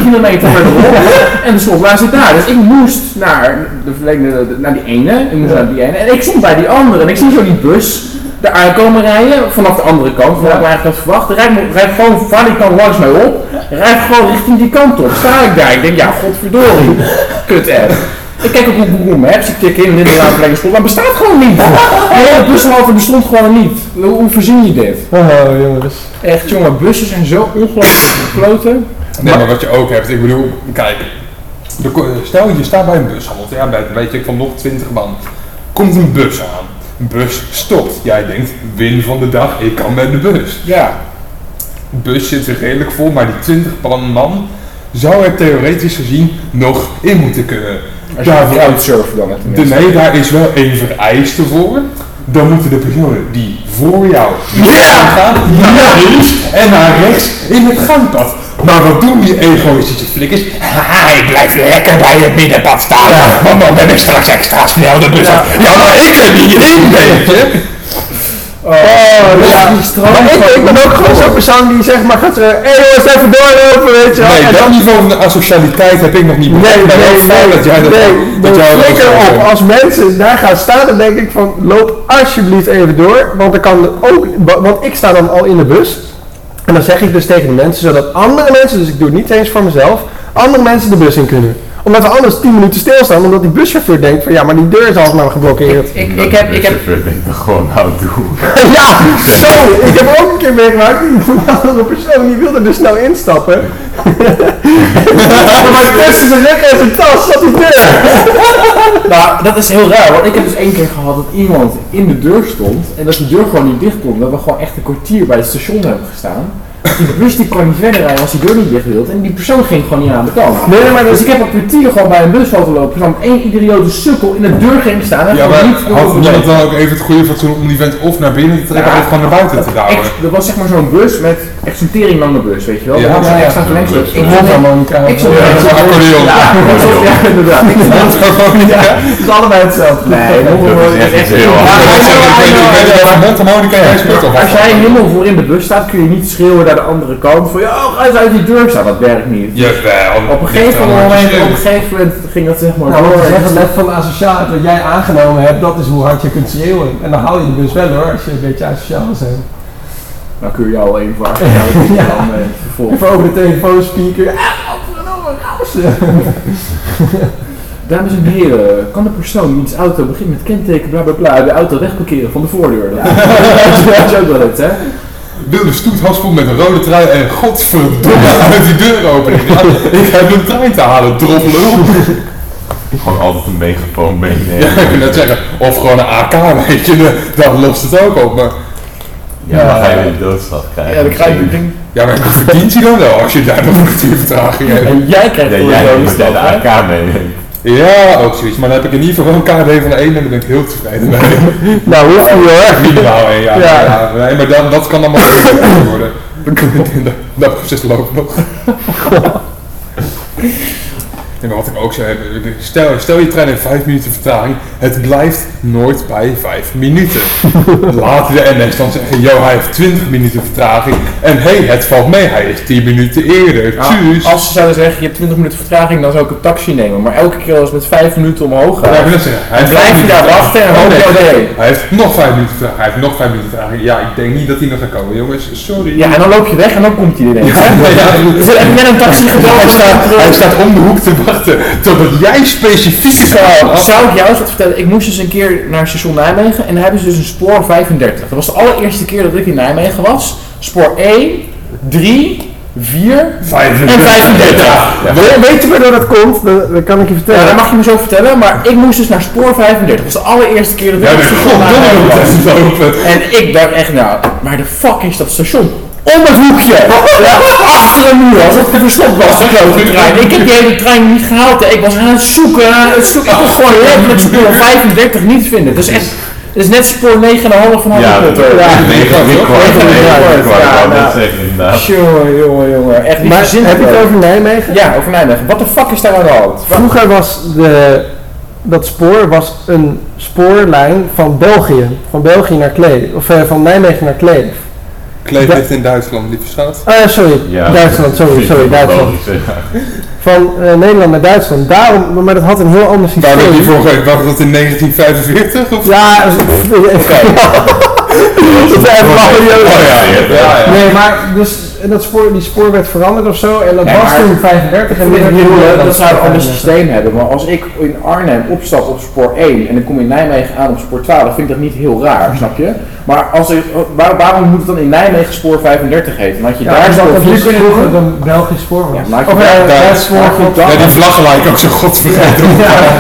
Speaker 3: kilometer verderop en de stoplaan zit daar. Dus ik moest naar, de verlengde, naar die ene, ik moest naar die ene en ik stond bij die andere en ik zie zo die bus daar aankomen rijden vanaf de andere kant, vanaf
Speaker 2: Ja.
Speaker 3: waar ik had verwacht. Rijd, rijd gewoon van die kant langs mij op, rijd gewoon richting die kant op. Sta ik daar, ik denk ja, godverdorie, kut app. Ik kijk op Google Maps, ik tik in Lindenlaan verlengde stond, maar bestaat gewoon niet. De hele Oh bushalte bestond gewoon niet. Hoe, hoe voorzien je dit?
Speaker 2: oh jongens.
Speaker 3: Echt jongen, bussen zijn zo ongelooflijk gefloten.
Speaker 1: Nee, maar wat je ook hebt, ik bedoel, kijk. er ko- stel je staat bij een bushalte, ja, bij, weet je, ik van nog 20 man. Komt een bus aan. Een bus stopt. Jij denkt, win van de dag, ik kan met de bus.
Speaker 3: Ja.
Speaker 1: De bus zit er redelijk vol, maar die 20 man- man zou er theoretisch gezien nog in moeten kunnen.
Speaker 3: Als je
Speaker 1: Daarvoor-
Speaker 3: ja, surfen dan hè,
Speaker 1: De
Speaker 3: tenminste.
Speaker 1: nee, daar is wel één vereiste voor. Dan moeten de personen die voor jou gaan, naar links en naar rechts in het gangpad. Maar wat doen die egoïstische flikkers? Haha, Ah, ik blijf lekker bij het middenpad staan, want dan ben ik straks extra snel de bus. Ja, ja maar ik zit niet in, weet je.
Speaker 2: Oh, ja. Maar ik, ik ben ook gewoon zo'n persoon die zeg maar gaat zo, hé eh, jongens even doorlopen, weet je wel.
Speaker 1: Nee,
Speaker 2: En
Speaker 1: dat
Speaker 2: dan-
Speaker 1: niveau van de asocialiteit heb ik nog niet
Speaker 2: Nee,
Speaker 1: Ik ben
Speaker 2: nee,
Speaker 1: heel blij dat jij dat,
Speaker 2: nee,
Speaker 1: dat
Speaker 2: de
Speaker 1: jij dat
Speaker 2: flikker
Speaker 1: zo-
Speaker 2: op. Als mensen daar gaan staan, dan denk ik van loop alsjeblieft even door. Want, dan kan er ook, wa- want ik sta dan al in de bus. En dan zeg ik dus tegen de mensen, zodat andere mensen, dus ik doe het niet eens voor mezelf, andere mensen de bus in kunnen. Omdat we anders 10 minuten stilstaan, omdat die buschauffeur denkt van ja, maar die deur is altijd maar geblokkeerd.
Speaker 3: Ik, ik heb, ik heb,
Speaker 4: Ik denk dat gewoon eh, nou doe.
Speaker 2: Ja, zo! Ik heb ook een keer meegemaakt, een andere persoon die wilde dus nou instappen. maar tussen zijn rug en zijn tas dus. zat die deur.
Speaker 3: nou, dat is heel raar, want ik heb dus één keer gehad dat iemand in de deur stond en dat de deur gewoon niet dicht kon. Dat we gewoon echt een kwartier bij het station hebben gestaan. Dus Die bus die kon niet verder rijden als die deur niet dicht wilde. En die persoon ging gewoon niet aan de kant.
Speaker 2: Nee, nee, maar dat
Speaker 3: Dus ik heb een kwartier gewoon bij een bus lopen. Van één idiote sukkel in de deur ging staan. En
Speaker 1: Ja,
Speaker 3: gewoon
Speaker 1: maar
Speaker 3: niet door
Speaker 1: had
Speaker 3: de
Speaker 1: niemand
Speaker 3: weg.
Speaker 1: dan ook even het goede fatsoen om die vent of naar binnen te trekken
Speaker 3: Ja.
Speaker 1: of gewoon naar buiten te duwen?
Speaker 3: Echt, dat was zeg maar zo'n bus met echt zo'n teringlange bus, weet je wel.
Speaker 1: Ja,
Speaker 3: Ja, dat was
Speaker 1: ja,
Speaker 3: een
Speaker 1: ja,
Speaker 3: extra
Speaker 4: zo'n
Speaker 3: verlengstuk.
Speaker 4: bus,
Speaker 3: Ik
Speaker 4: ja.
Speaker 3: zat-
Speaker 2: mondharmonica.
Speaker 3: Ik zat
Speaker 1: Ja,
Speaker 3: echt
Speaker 1: zo'n
Speaker 3: zo-
Speaker 1: accordeon.
Speaker 3: Ja, ik zat- ja, inderdaad. Ik zat-
Speaker 1: Dat is gewoon niet.
Speaker 3: Het is allebei hetzelfde. Nee,
Speaker 4: Dat is echt heel
Speaker 1: Ja,
Speaker 4: hard.
Speaker 1: ik zeg, ik weet niet, ik weet niet, mondharmonica, jij speelt toch
Speaker 3: Als
Speaker 1: wel.
Speaker 3: jij helemaal voor in de bus staat, kun je niet schreeuwen naar de andere kant van ja, ga eens uit die deur staan. Dat werkt niet.
Speaker 1: Jawel.
Speaker 3: Op een gegeven moment, op een gegeven moment ging dat zeg maar
Speaker 2: Nou,
Speaker 3: door.
Speaker 2: wat zeggen net van asociaal wat jij aangenomen hebt, dat is hoe hard je kunt schreeuwen. En dan haal je de bus wel hoor, als je een beetje asociaal bent.
Speaker 3: Nou kun je al even vragen. Ja, dat is dan, eh, vervolgens.
Speaker 2: Even over de telefoonspeaker. Ah, godverdomme, gauw.
Speaker 3: Dames en heren, kan de persoon wiens auto begint met kenteken bla bla bla de auto wegparkeren van de voordeur? Dat dat is ook wel het, hè?
Speaker 1: Wilde stoet haspel met een rode trui en godverdomme uit die deur opening. Ja, ik heb een trein te halen, droppelul.
Speaker 4: Gewoon altijd een megafoon meenemen.
Speaker 1: Ja, ik wil net zeggen. Of gewoon een AK, weet je, eh, daar lost het ook op. Maar,
Speaker 4: Ja, dan ga je weer de doodstraf krijgen.
Speaker 3: Ja, dan krijg je
Speaker 4: misschien.
Speaker 1: ja, maar dat verdient hij dan wel als je daar nog een kwartier vertraging hebt.
Speaker 3: En jij krijgt
Speaker 4: Ja,
Speaker 3: gewoon
Speaker 4: jij
Speaker 3: zo'n
Speaker 4: moet bij
Speaker 3: stap,
Speaker 4: de
Speaker 3: hè?
Speaker 4: AK meenemen.
Speaker 1: Ja, ook zoiets. Maar dan heb ik in ieder geval een KD van 1 en daar ben ik heel tevreden mee.
Speaker 2: Nou, hoeft niet hoor.
Speaker 1: Minimaal één, ja.
Speaker 2: Ja.
Speaker 1: ja. nee, maar dan, dat kan allemaal geregeld worden. Dat- Dat proces loopt nog. Nee, maar wat ik ook zou hebben, stel, stel je trein heeft 5 minuten vertraging, het blijft nooit bij 5 minuten. Laat de NS dan zeggen, yo hij heeft 20 minuten vertraging en hé hey, het valt mee, hij is 10 minuten eerder,
Speaker 3: Ja,
Speaker 1: tjus.
Speaker 3: als ze zouden zeggen, je hebt 20 minuten vertraging, dan zou ik een taxi nemen. Maar elke keer als het met 5 minuten omhoog
Speaker 1: Ja,
Speaker 3: gaat,
Speaker 1: ik wil net zeggen, hij heeft
Speaker 3: blijf
Speaker 1: vijf
Speaker 3: je
Speaker 1: minuten
Speaker 3: daar
Speaker 1: vertraging.
Speaker 3: wachten en
Speaker 1: Oh,
Speaker 3: hoop
Speaker 1: nee,
Speaker 3: je oké.
Speaker 1: Hij heeft nog 5 minuten vertraging, hij heeft nog 5 minuten vertraging. Ja, ik denk niet dat hij nog gaat komen jongens, sorry.
Speaker 3: Ja, en dan loop je weg en dan komt hij ineens.
Speaker 1: Ja, maar ja,
Speaker 3: Dus heb je net een taxi gebeld
Speaker 1: Hij
Speaker 3: en dan
Speaker 1: staat,
Speaker 3: terug.
Speaker 1: hij staat om de hoek te wachten totdat jij specifiek
Speaker 3: Zou-
Speaker 1: gaat.
Speaker 3: Zou ik jou eens wat vertellen? Ik moest dus een keer naar station Nijmegen en daar hebben ze dus een spoor 35. Dat was de allereerste keer dat ik in Nijmegen was. Spoor 1, 3, 4 en 35.
Speaker 2: Weet je waardoor dat komt? Dat, dat kan ik je
Speaker 3: Ja,
Speaker 2: vertellen.
Speaker 3: dat mag je me zo vertellen, maar ik moest dus naar spoor 35. Dat was de allereerste keer dat ik
Speaker 1: Ja,
Speaker 3: naar
Speaker 1: de
Speaker 3: station
Speaker 1: goddomme
Speaker 3: Nijmegen
Speaker 1: moet
Speaker 3: was.
Speaker 1: even lopen.
Speaker 3: En ik ben echt, nou, waar de fuck is dat station? Om het hoekje! Ja, achter een muur, alsof ik verstopt was, die grote trein. Ik heb die hele trein niet gehaald, hè. ik was aan het zoeken, aan het zoeken. Ik kon gewoon letterlijk spoor 35 niet vinden. Dus echt, het is net spoor 9,5 van Harry
Speaker 4: Ja, dat
Speaker 3: Potter.
Speaker 4: is
Speaker 3: Ja.
Speaker 1: Nee,
Speaker 4: Nee,
Speaker 1: kwart,
Speaker 4: nee,
Speaker 1: hoor.
Speaker 4: kwart.
Speaker 3: Nee,
Speaker 4: Nee,
Speaker 3: kwart.
Speaker 4: kwart. Ik wou
Speaker 3: Ja,
Speaker 4: net
Speaker 3: nou.
Speaker 4: zeggen, inderdaad.
Speaker 3: Jongen, jongen, jongen, echt niet
Speaker 2: maar
Speaker 3: verzinnen
Speaker 2: heb je het
Speaker 3: ook.
Speaker 2: over Nijmegen?
Speaker 3: Ja, over Nijmegen. Wat de fuck is daar aan de hand?
Speaker 2: Vroeger was de, dat spoor was een spoorlijn van België. Van België naar Kleef. Of eh, van Nijmegen naar Kleef.
Speaker 1: Kleef
Speaker 2: Ja.
Speaker 1: ligt in Duitsland, lieve schat.
Speaker 2: Ah, ja, sorry.
Speaker 4: Ja,
Speaker 2: Duitsland, sorry,
Speaker 4: vind ik
Speaker 2: sorry,
Speaker 4: wel
Speaker 2: Duitsland.
Speaker 4: logisch, ja.
Speaker 2: Van eh, Nederland naar Duitsland. Daarom, maar dat had een heel ander
Speaker 1: Daar
Speaker 2: systeem.
Speaker 1: heb je vorige week dacht dat in 1945 of
Speaker 2: Ja, dat is even
Speaker 4: Oh
Speaker 2: lachen,
Speaker 4: ja, ja, ja. ja.
Speaker 2: Nee, maar dus en dat spoor, die spoor werd veranderd of zo en dat
Speaker 3: Ja,
Speaker 2: was
Speaker 3: maar-
Speaker 2: toen 35 en
Speaker 3: Ik
Speaker 2: nu
Speaker 3: vind
Speaker 2: heb
Speaker 3: het
Speaker 2: je
Speaker 3: niet
Speaker 2: hoe
Speaker 3: leuk
Speaker 2: dat
Speaker 3: dat zij een ander
Speaker 2: 35.
Speaker 3: systeem hebben, maar als ik in Arnhem opstap op spoor 1 en ik kom in Nijmegen aan op spoor 12, vind ik dat niet heel raar, snap je? Maar als ik, waar- waarom moet het dan in Nijmegen spoor 35 heten? Dan had je
Speaker 2: Ja,
Speaker 3: daar
Speaker 2: daar
Speaker 3: spoor
Speaker 2: dat nu
Speaker 3: 4 kunnen
Speaker 2: vroeger
Speaker 3: doen.
Speaker 2: een Belgisch spoor was.
Speaker 3: Ja, maar ik-
Speaker 2: of
Speaker 3: Ja,
Speaker 2: ja,
Speaker 1: daar-
Speaker 2: Duits spoor.
Speaker 3: maar ik-
Speaker 2: goed.
Speaker 3: Ja,
Speaker 1: Ja, die vlag lijkt ook zo godvergeten op elkaar.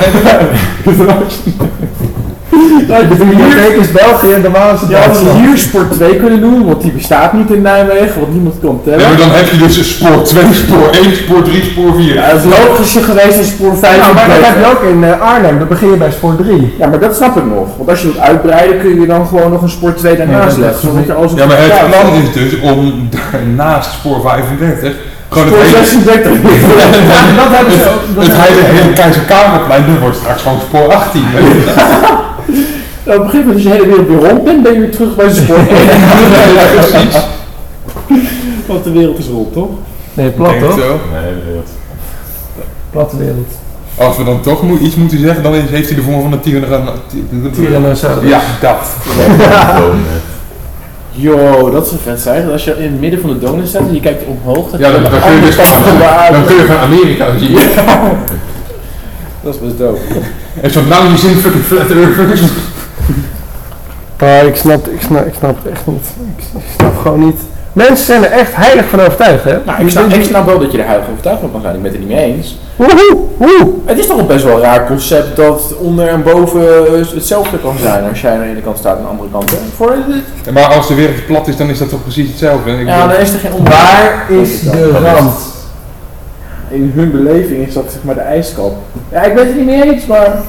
Speaker 2: De bibliotheek is België en de Waals is
Speaker 3: Je had
Speaker 2: Duitsland.
Speaker 3: hier spoor 2 kunnen doen, want die bestaat niet in Nijmegen, want niemand kan tellen.
Speaker 1: Ja,
Speaker 3: Ja,
Speaker 1: maar dan heb je dus een spoor 2, spoor 1, spoor 3, spoor 4.
Speaker 3: het logische geweest is spoor
Speaker 2: Ja,
Speaker 3: 5
Speaker 2: Nou, maar dat heb je ook in eh, Arnhem, dan begin je bij spoor 3.
Speaker 3: Ja, maar dat snap ik nog. Want als je wilt uitbreiden, kun je dan gewoon nog een spoor 2
Speaker 2: Ja,
Speaker 3: daarnaast
Speaker 2: dat-
Speaker 3: leggen. zodat je alles op
Speaker 1: Ja, maar het
Speaker 3: elkaar
Speaker 1: plan
Speaker 3: valt.
Speaker 1: is dus om daarnaast spoor 35 gewoon het
Speaker 3: Spoor
Speaker 1: hele,
Speaker 3: 36.
Speaker 2: dat hebben ze ook. dat
Speaker 1: het
Speaker 2: hebben
Speaker 1: hele,
Speaker 2: ze ook.
Speaker 1: hele Keizerkamerplein, dat wordt straks gewoon spoor 18.
Speaker 3: Op een gegeven moment, als je de hele wereld weer rond bent, ben je weer terug bij de sport.
Speaker 1: Ja, precies.
Speaker 3: Want de wereld is rond, toch?
Speaker 2: Nee, plat
Speaker 1: Denk het
Speaker 2: hoor.
Speaker 1: wel.
Speaker 4: Nee, dat-
Speaker 2: Platte wereld.
Speaker 1: Als we dan toch moe- iets moeten zeggen, dan is- heeft hij de vorm van een tyranno- ty-
Speaker 2: Tyrannosaurus.
Speaker 1: Ja, dat.
Speaker 4: gewoon, eh,
Speaker 3: Yo, dat is een vet cijfer. Als je in het midden van de donut staat en je "Ah, kijkt omhoog,
Speaker 1: Ja, dan, dan kun je dus dan kun je gaan Amerika zien.
Speaker 3: Dat is best dope.
Speaker 1: En zo nou je zin fucking flat earthers.
Speaker 2: Maar ik snap, ik snap, ik snap het echt niet. Ik, ik snap gewoon niet Mensen zijn er echt heilig van overtuigd, hè?
Speaker 3: Nou, ik snap, ik snap wel dat je er huidig overtuigd van kan zijn. Ik ben het er niet mee eens.
Speaker 2: Woehoe, woe.
Speaker 3: Het is toch een best wel raar concept dat onder en boven eh, hetzelfde kan zijn als jij aan de ene kant staat en aan de andere kant bent. Voor
Speaker 1: Ja, Maar als de wereld plat is, dan is dat toch precies hetzelfde? Ik
Speaker 3: ja, dan
Speaker 1: bedoel-
Speaker 3: is er geen onderscheid.
Speaker 2: Waar is de rand?
Speaker 3: In hun beleving is dat zeg maar de ijskap. Ja, ik ben het niet mee eens, maar...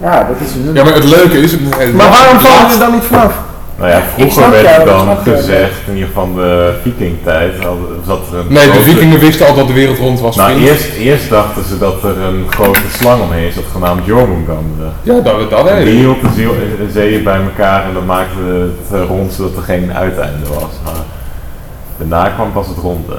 Speaker 3: Ja, dat is hun...
Speaker 1: ja, maar het leuke is... het-
Speaker 2: Maar waarom vallen ze er dan niet vanaf?
Speaker 4: Nou ja,
Speaker 3: snap
Speaker 4: vroeger werd
Speaker 3: jou,
Speaker 4: het
Speaker 3: ik
Speaker 4: dan
Speaker 3: snap jou.
Speaker 4: gezegd, in ieder geval in de vikingtijd, hadden- zat er een
Speaker 1: Nee, de
Speaker 4: grote-
Speaker 1: vikingen wisten al dat de wereld rond was.
Speaker 4: Nou,
Speaker 1: vriend.
Speaker 4: eerst, eerst dachten ze dat er een grote slang omheen zat, genaamd Jormungandr.
Speaker 1: Ja, dat, dat
Speaker 4: En
Speaker 1: weet
Speaker 4: Die
Speaker 1: ik.
Speaker 4: hield de ziel- de zeeën bij elkaar en dat maakte het eh, rond zodat er geen uiteinde was. Maar daarna kwam pas het ronde.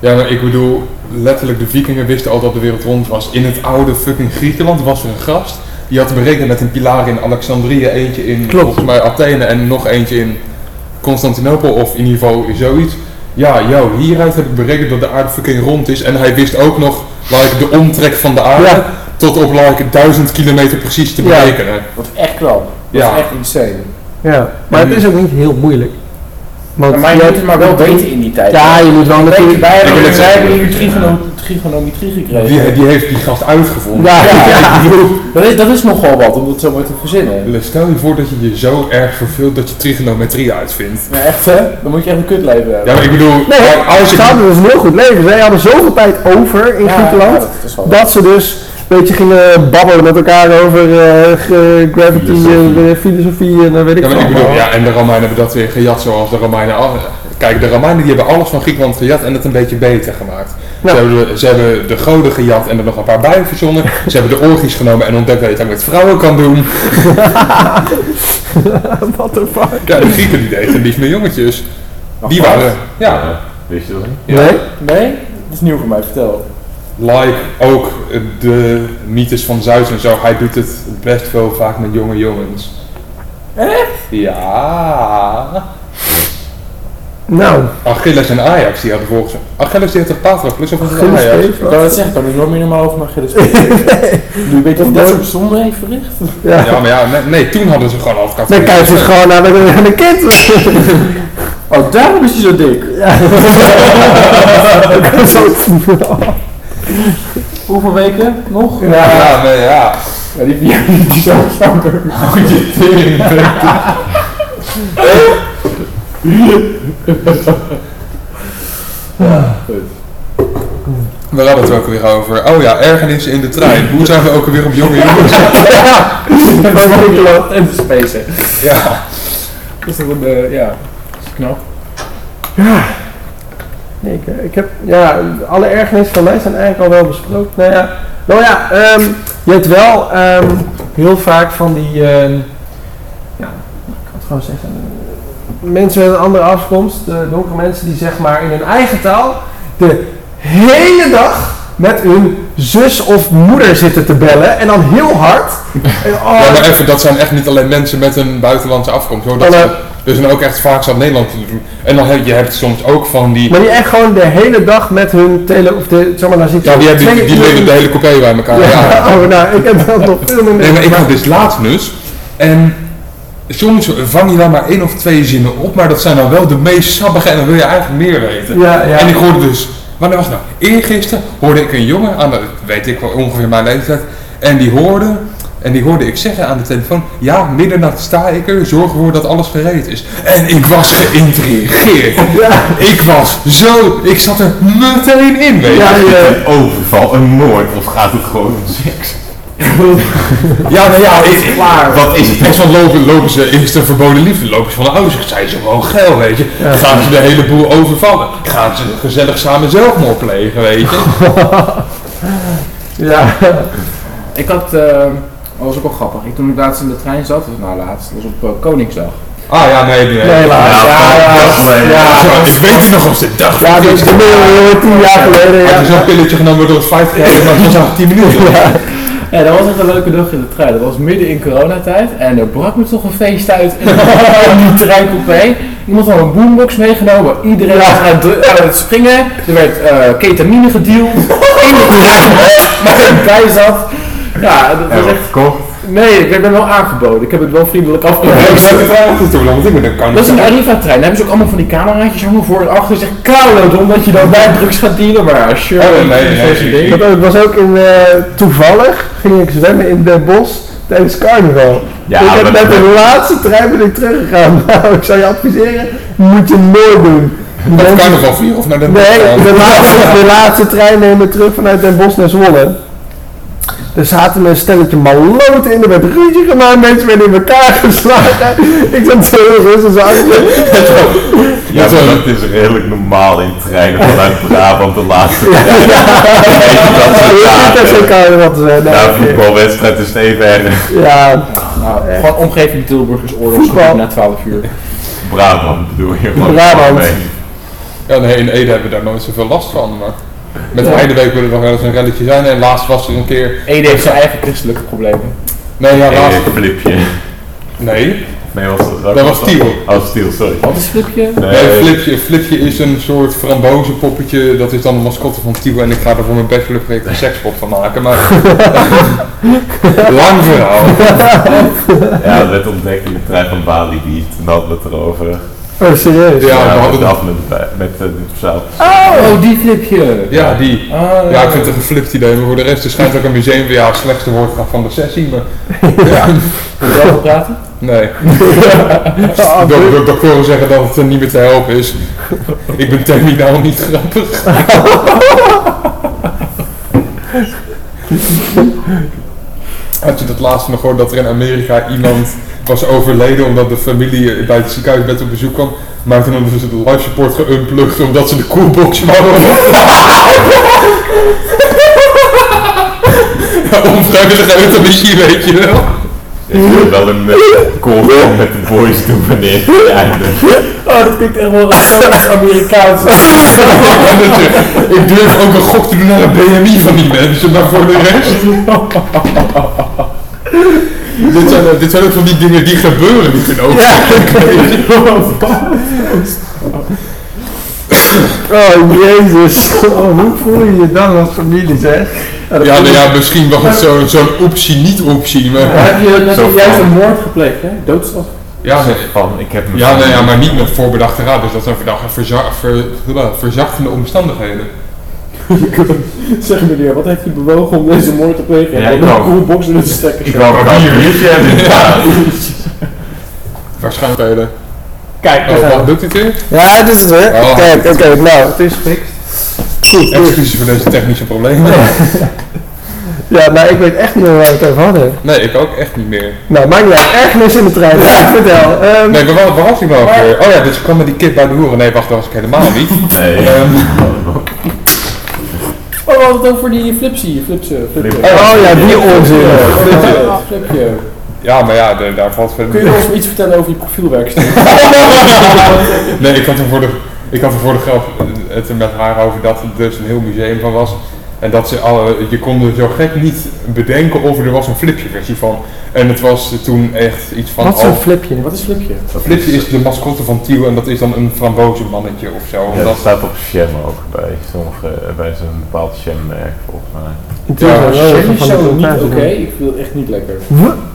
Speaker 1: Ja, maar ik bedoel, letterlijk de vikingen wisten al dat de wereld rond was. In het oude fucking Griekenland was er een gast. Die had te berekenen met een pilaar in Alexandrië, eentje in
Speaker 2: Klopt.
Speaker 1: volgens mij Athene en nog eentje in Constantinopel of in ieder geval zoiets. Ja, yo, hieruit heb ik berekend dat de aarde fucking rond is. En hij wist ook nog like, de omtrek van de aarde
Speaker 2: Ja.
Speaker 1: tot op like, 1000 kilometer precies te
Speaker 2: Ja.
Speaker 1: berekenen.
Speaker 3: Dat is echt knap. Dat
Speaker 1: Ja.
Speaker 3: is echt insane.
Speaker 2: Ja, maar het is ook niet heel moeilijk. Want
Speaker 3: Maar je moet het maar wel weten in die tijd.
Speaker 2: Ja, je moet wel
Speaker 3: Weet je,
Speaker 2: natuurlijk...
Speaker 3: wij
Speaker 1: Ik wil
Speaker 3: hebben
Speaker 1: het
Speaker 3: wij
Speaker 1: zeggen.
Speaker 3: hebben hier trigono- trigonometrie gekregen.
Speaker 1: Die, die heeft die gast uitgevonden.
Speaker 2: Ja,
Speaker 3: Ja.
Speaker 2: ja.
Speaker 3: Dat, is, dat is nogal wat om dat zo maar te verzinnen.
Speaker 1: Stel je voor dat je je zo erg verveelt dat je trigonometrie uitvindt.
Speaker 3: Maar echt hè, dan moet je echt een kutleven hebben.
Speaker 1: Ja, maar ik bedoel,
Speaker 2: Nee,
Speaker 1: maar als
Speaker 2: ze
Speaker 1: ik...
Speaker 2: hadden dus een heel goed leven. Zij hadden zoveel tijd over in Griekenland,
Speaker 3: ja, dat is wel-
Speaker 2: dat ze dus een beetje gingen babbelen met elkaar over eh, ge- gravity en
Speaker 4: Filosofie.
Speaker 2: filosofie en dan weet ik
Speaker 1: Ja, maar
Speaker 2: veel
Speaker 1: ik bedoel,
Speaker 2: allemaal.
Speaker 1: ja, en de Romeinen hebben dat weer gejat zoals de Romeinen... al- Kijk, de Romeinen die hebben alles van Griekenland gejat en het een beetje beter gemaakt.
Speaker 2: Nou.
Speaker 1: Ze, hebben, ze hebben de goden gejat en er nog een paar bij verzonnen. ze hebben de orgies genomen en ontdekt dat je het ook met vrouwen kan doen.
Speaker 2: What the fuck?
Speaker 1: Ja, de Grieken die deden liefst meer jongetjes.
Speaker 3: Ach,
Speaker 1: Die
Speaker 3: wat?
Speaker 1: waren, ja,
Speaker 4: Eh, wist je dat niet?
Speaker 1: Ja.
Speaker 2: Nee?
Speaker 3: Nee? Dat is nieuw voor mij, vertel.
Speaker 1: like ook eh, de mythes van Zeus en zo. Hij doet het best wel vaak met jonge jongens. Echt? Ja.
Speaker 2: Nou,
Speaker 1: Achilles en Ajax, die hadden volgens Achilles die had toch Patroclus of was het
Speaker 2: Achilles
Speaker 1: Ajax?
Speaker 2: heeft-
Speaker 3: Ik kan het zeggen, ik kan er nooit meer normaal over mijn gillen spreken. Nu weet je of dat soort zonde heeft verricht.
Speaker 2: ja.
Speaker 1: Ja, maar ja, nee, nee, toen hadden ze gewoon al
Speaker 2: Dan kijken ze gewoon nou, naar de, naar de kind.
Speaker 3: Oh, daarom is hij zo dik. Hoeveel weken nog?
Speaker 1: Ja, nee, ja.
Speaker 3: Ja, die vier die is zo zwanger.
Speaker 1: We hadden het er ook weer over. Oh ja, ergernissen in de trein. Hoe zijn we ook weer op jonge jongens?
Speaker 2: Oh,
Speaker 3: En de space.
Speaker 1: Ja.
Speaker 3: Dus dat een, eh, ja, dat is knap.
Speaker 2: Nee, ik, eh, ik heb, ja, alle ergernissen van mij zijn eigenlijk al wel besproken. Nou ja, nou ja ehm, je hebt wel ehm, heel vaak van die, ehm, ja, ik kan het gewoon zeggen, eh, mensen met een andere afkomst, de donkere mensen die zeg maar in hun eigen taal de hele dag met hun zus of moeder zitten te bellen en dan heel hard. En, oh,
Speaker 1: Ja, maar even, dat zijn echt niet alleen mensen met een buitenlandse afkomst hoor. Dat
Speaker 2: Hallo.
Speaker 1: zijn, er zijn ook echt vaak zat Nederland te doen. En dan heb je hebt soms ook van die...
Speaker 2: maar die echt gewoon de hele dag met hun tele... Of de, zeg maar, daar zitten
Speaker 1: Ja, die, hebben, die,
Speaker 2: twee
Speaker 1: die
Speaker 2: uur-
Speaker 1: leren de hele coupé bij elkaar. ja.
Speaker 2: Ja, oh, nou, ik heb dat nog veel minder.
Speaker 1: Nee, maar ik had dus laatst dus. En soms vang je dan maar één of twee zinnen op, maar dat zijn dan wel de meest sappige en dan wil je eigenlijk meer weten.
Speaker 2: Ja, ja.
Speaker 1: En ik hoorde dus, wanneer was het nou? Eergisteren hoorde ik een jongen aan de, weet ik wel, ongeveer mijn leeftijd. En die hoorde, en die hoorde ik zeggen aan de telefoon, ja, middernacht sta ik er, zorg ervoor dat alles gereed is. En ik was geïntrigeerd.
Speaker 2: Ja,
Speaker 1: Ik was zo, ik zat er meteen in, weet je.
Speaker 2: ja, ja.
Speaker 4: Een overval, een moord, of gaat het gewoon om seks?
Speaker 1: Ja, nou ja, ik,
Speaker 4: Wat is het?
Speaker 1: Als van lopen, lopen ze, is het een verboden liefde, lopen ze van de ouders, zijn ze gewoon geil, weet je.
Speaker 2: Ja.
Speaker 1: Gaan ze de hele boel overvallen. Gaan ze gezellig samen zelfmoord plegen, weet je.
Speaker 2: ja.
Speaker 3: Ik had, eh, dat was ook wel grappig. Ik, toen ik laatst in de trein zat, dat was nou laatst, dat was op eh, Koningsdag.
Speaker 1: Ah ja, nee, nee.
Speaker 2: Nee,
Speaker 1: ja,
Speaker 2: helaas. Ja, ja,
Speaker 1: ja,
Speaker 2: ja.
Speaker 1: ik weet het nog als de dag.
Speaker 2: Ja, dat is gemiddeld tien jaar geleden,
Speaker 1: Had
Speaker 2: ja.
Speaker 1: je zo'n pilletje genomen door het 50 jaar, maar het was nog 10 minuten.
Speaker 3: Ja, dat was echt een leuke dag in de trein. Dat was midden in coronatijd en er brak me toch een feest uit in die treincoupé. Iemand had een boombox meegenomen, iedereen was aan, het- aan het springen. Er werd eh, ketamine gedeeld, in de trein, maar ik bij zat. Ja, dat was echt...
Speaker 4: En gekocht.
Speaker 3: Nee, ik ben wel aangeboden. Ik heb het wel vriendelijk
Speaker 1: Ja, ik zou
Speaker 3: afgeboden.
Speaker 1: het trouwens goed doen, want ik ben een kan.
Speaker 3: Dat is een Arriva-trein. Daar hebben ze ook allemaal van die cameraatjes hangen voor en achter. Zegt koude, omdat je dan bij drugs gaat dealen. Maar sure.
Speaker 1: Oh, nee, nee,
Speaker 3: dat is een
Speaker 1: ik-
Speaker 3: ding.
Speaker 2: Dat ook, was ook in, eh, toevallig, ging ik zwemmen in Den Bos tijdens carnaval.
Speaker 4: Ja,
Speaker 2: ik heb
Speaker 4: maar-
Speaker 2: net de laatste trein ben ik teruggegaan. Nou, ik zou je adviseren, moet je nooit doen.
Speaker 1: Of
Speaker 2: Mensen-
Speaker 1: carnaval vieren of naar de
Speaker 2: Nee, de laatste, de laatste trein nemen terug vanuit Den Bosch naar Zwolle. Er zaten een stelletje maloten in, er werd ruzie gemaakt, mensen werden in elkaar geslagen. Ik zat dus zo heel rustig aan.
Speaker 4: Ja,
Speaker 1: Dat is
Speaker 4: maar
Speaker 1: wel-
Speaker 4: dat is redelijk normaal in treinen vanuit Brabant de laatste trein. Weet je
Speaker 2: Ik
Speaker 4: dat ze
Speaker 2: zit daar
Speaker 4: daar,
Speaker 2: zo
Speaker 4: eh,
Speaker 2: koud wat eh,
Speaker 4: Na een
Speaker 2: nee, oké.
Speaker 4: voetbalwedstrijd is het even erg.
Speaker 2: Ja,
Speaker 3: Nou, gewoon omgeving Tilburg is oorlogsgebied
Speaker 2: Voetbal.
Speaker 3: na 12 uur.
Speaker 4: Brabant bedoel je gewoon.
Speaker 2: Brabant.
Speaker 4: Nee.
Speaker 1: Ja, nee, in Ede hebben we daar nooit zoveel last van. Maar met Heideweek willen nog wel eens een relletje zijn. En laatst was er een keer.
Speaker 3: Ede heeft zijn eigen christelijke problemen.
Speaker 1: Nee, ja,
Speaker 4: Hey,
Speaker 1: laatst.
Speaker 4: eh, flipje.
Speaker 1: Nee.
Speaker 4: Nee, was dat,
Speaker 1: Dat was Tiel.
Speaker 4: Oh, Tiel, sorry. eh,
Speaker 3: Wat is Flipje?
Speaker 1: Nee, Flipje, Flipje is een soort frambozenpoppetje. Dat is dan de mascotte van Tiel. En ik ga er voor mijn bachelorproject een sekspop van maken. Maar. Lang verhaal.
Speaker 4: Ja, dat werd ontdekt in de trein van Bali Beat. En hadden we het erover.
Speaker 2: oh serieus.
Speaker 1: Ja, we hadden-
Speaker 4: met
Speaker 1: Ah.
Speaker 4: af met, de- met de zaal.
Speaker 3: Oh, die Flipje.
Speaker 1: Ja, die.
Speaker 3: Ah,
Speaker 1: Ja, ik vind het een geflipt idee. Maar voor de rest, er schijnt ook een museum. Ja, het slechtste woord van de sessie. Maar.
Speaker 3: Wel praten?
Speaker 1: Nee. Dat wil ik ook gewoon zeggen dat het eh, niet meer te helpen is. Ik ben terminaal niet grappig. Had je dat laatste nog gehoord dat er in Amerika iemand was overleden omdat de familie bij het ziekenhuisbed op bezoek kwam? Maar toen hadden ze de live support geunplugged omdat ze de coolbox wouden. Ja, onvrijwillige euthanasie, weet je wel.
Speaker 4: Ik wil wel een eh, call van met de boys doen wanneer het eindigt.
Speaker 3: Oh, dat klinkt echt wel racistisch Amerikaans.
Speaker 1: Ik durf ook een gok te doen naar de BMI van die mensen, maar voor de rest. dit, zijn, eh, dit zijn ook van die dingen die gebeuren, die kunnen ook.
Speaker 2: Oh jezus, oh, hoe voel je je dan als familie zeg?
Speaker 1: Ja, nou ja, misschien was het zo- zo'n optie, niet-optie, maar.
Speaker 3: Heb je net
Speaker 4: Zo
Speaker 3: juist
Speaker 4: van.
Speaker 3: een moord gepleegd, hè? Doodstraf.
Speaker 1: Ja, nee.
Speaker 4: Van, ik heb me
Speaker 1: Ja, nou ja, maar niet met voorbedachte raad, dus dat zijn verdacht- verza- ver- verzachtende omstandigheden.
Speaker 3: Zeg meneer, wat heeft u bewogen om deze moord te plegen?
Speaker 4: Ja, ik
Speaker 3: een
Speaker 4: wou-
Speaker 3: cool box in te stekken.
Speaker 4: Ik wou een
Speaker 1: Papier.
Speaker 4: biertje hebben. Ja.
Speaker 1: Waarschijnlijk. eh,
Speaker 3: Kijk,
Speaker 1: Oh, wat doet dit weer?
Speaker 2: Ja, het is het hè.
Speaker 1: Oh.
Speaker 2: Kijk, oké, nou. Het is gefixt.
Speaker 1: Excuses voor deze technische problemen.
Speaker 2: Ja, maar ik weet echt niet meer waar we het over hadden.
Speaker 1: Nee, ik ook echt niet meer.
Speaker 2: Nou, maakt niet uit. Ergernis in de trein. Ja, vertel. Ehm,
Speaker 1: Nee, maar waar, waar was ik nou ook weer? Oh ja, dus ik kwam met die kip bij de hoeren. Nee, wacht, dat was ik helemaal niet.
Speaker 4: Nee.
Speaker 1: Ehm,
Speaker 3: Oh, we hadden het over die flipsie. Flipse, eh, flipje.
Speaker 4: Flip.
Speaker 2: Oh ja, die onzin.
Speaker 3: Flipje, flipje.
Speaker 1: Ja, maar ja, de- daar valt verder
Speaker 3: Kun je ons iets vertellen over je profielwerkstuk?
Speaker 1: Nee, ik had er voor de, ik had er voor de grap eh, het er met haar over dat er dus een heel museum van was. En dat ze alle, je kon er zo gek niet bedenken of er was een flipje versie van. En het was toen echt iets van...
Speaker 2: Wat zo'n
Speaker 1: oh,
Speaker 2: flipje.
Speaker 3: Wat is flipje?
Speaker 1: flipje is de mascotte van Tiel en dat is dan een frambozenmannetje of zo.
Speaker 4: Ja, dat
Speaker 1: Omdat-
Speaker 4: staat op Sham ook bij, sommige, bij zo'n bepaald Sham-merk volgens mij.
Speaker 1: Ja,
Speaker 3: Jelly is zo niet oké. Ik vind het echt niet lekker.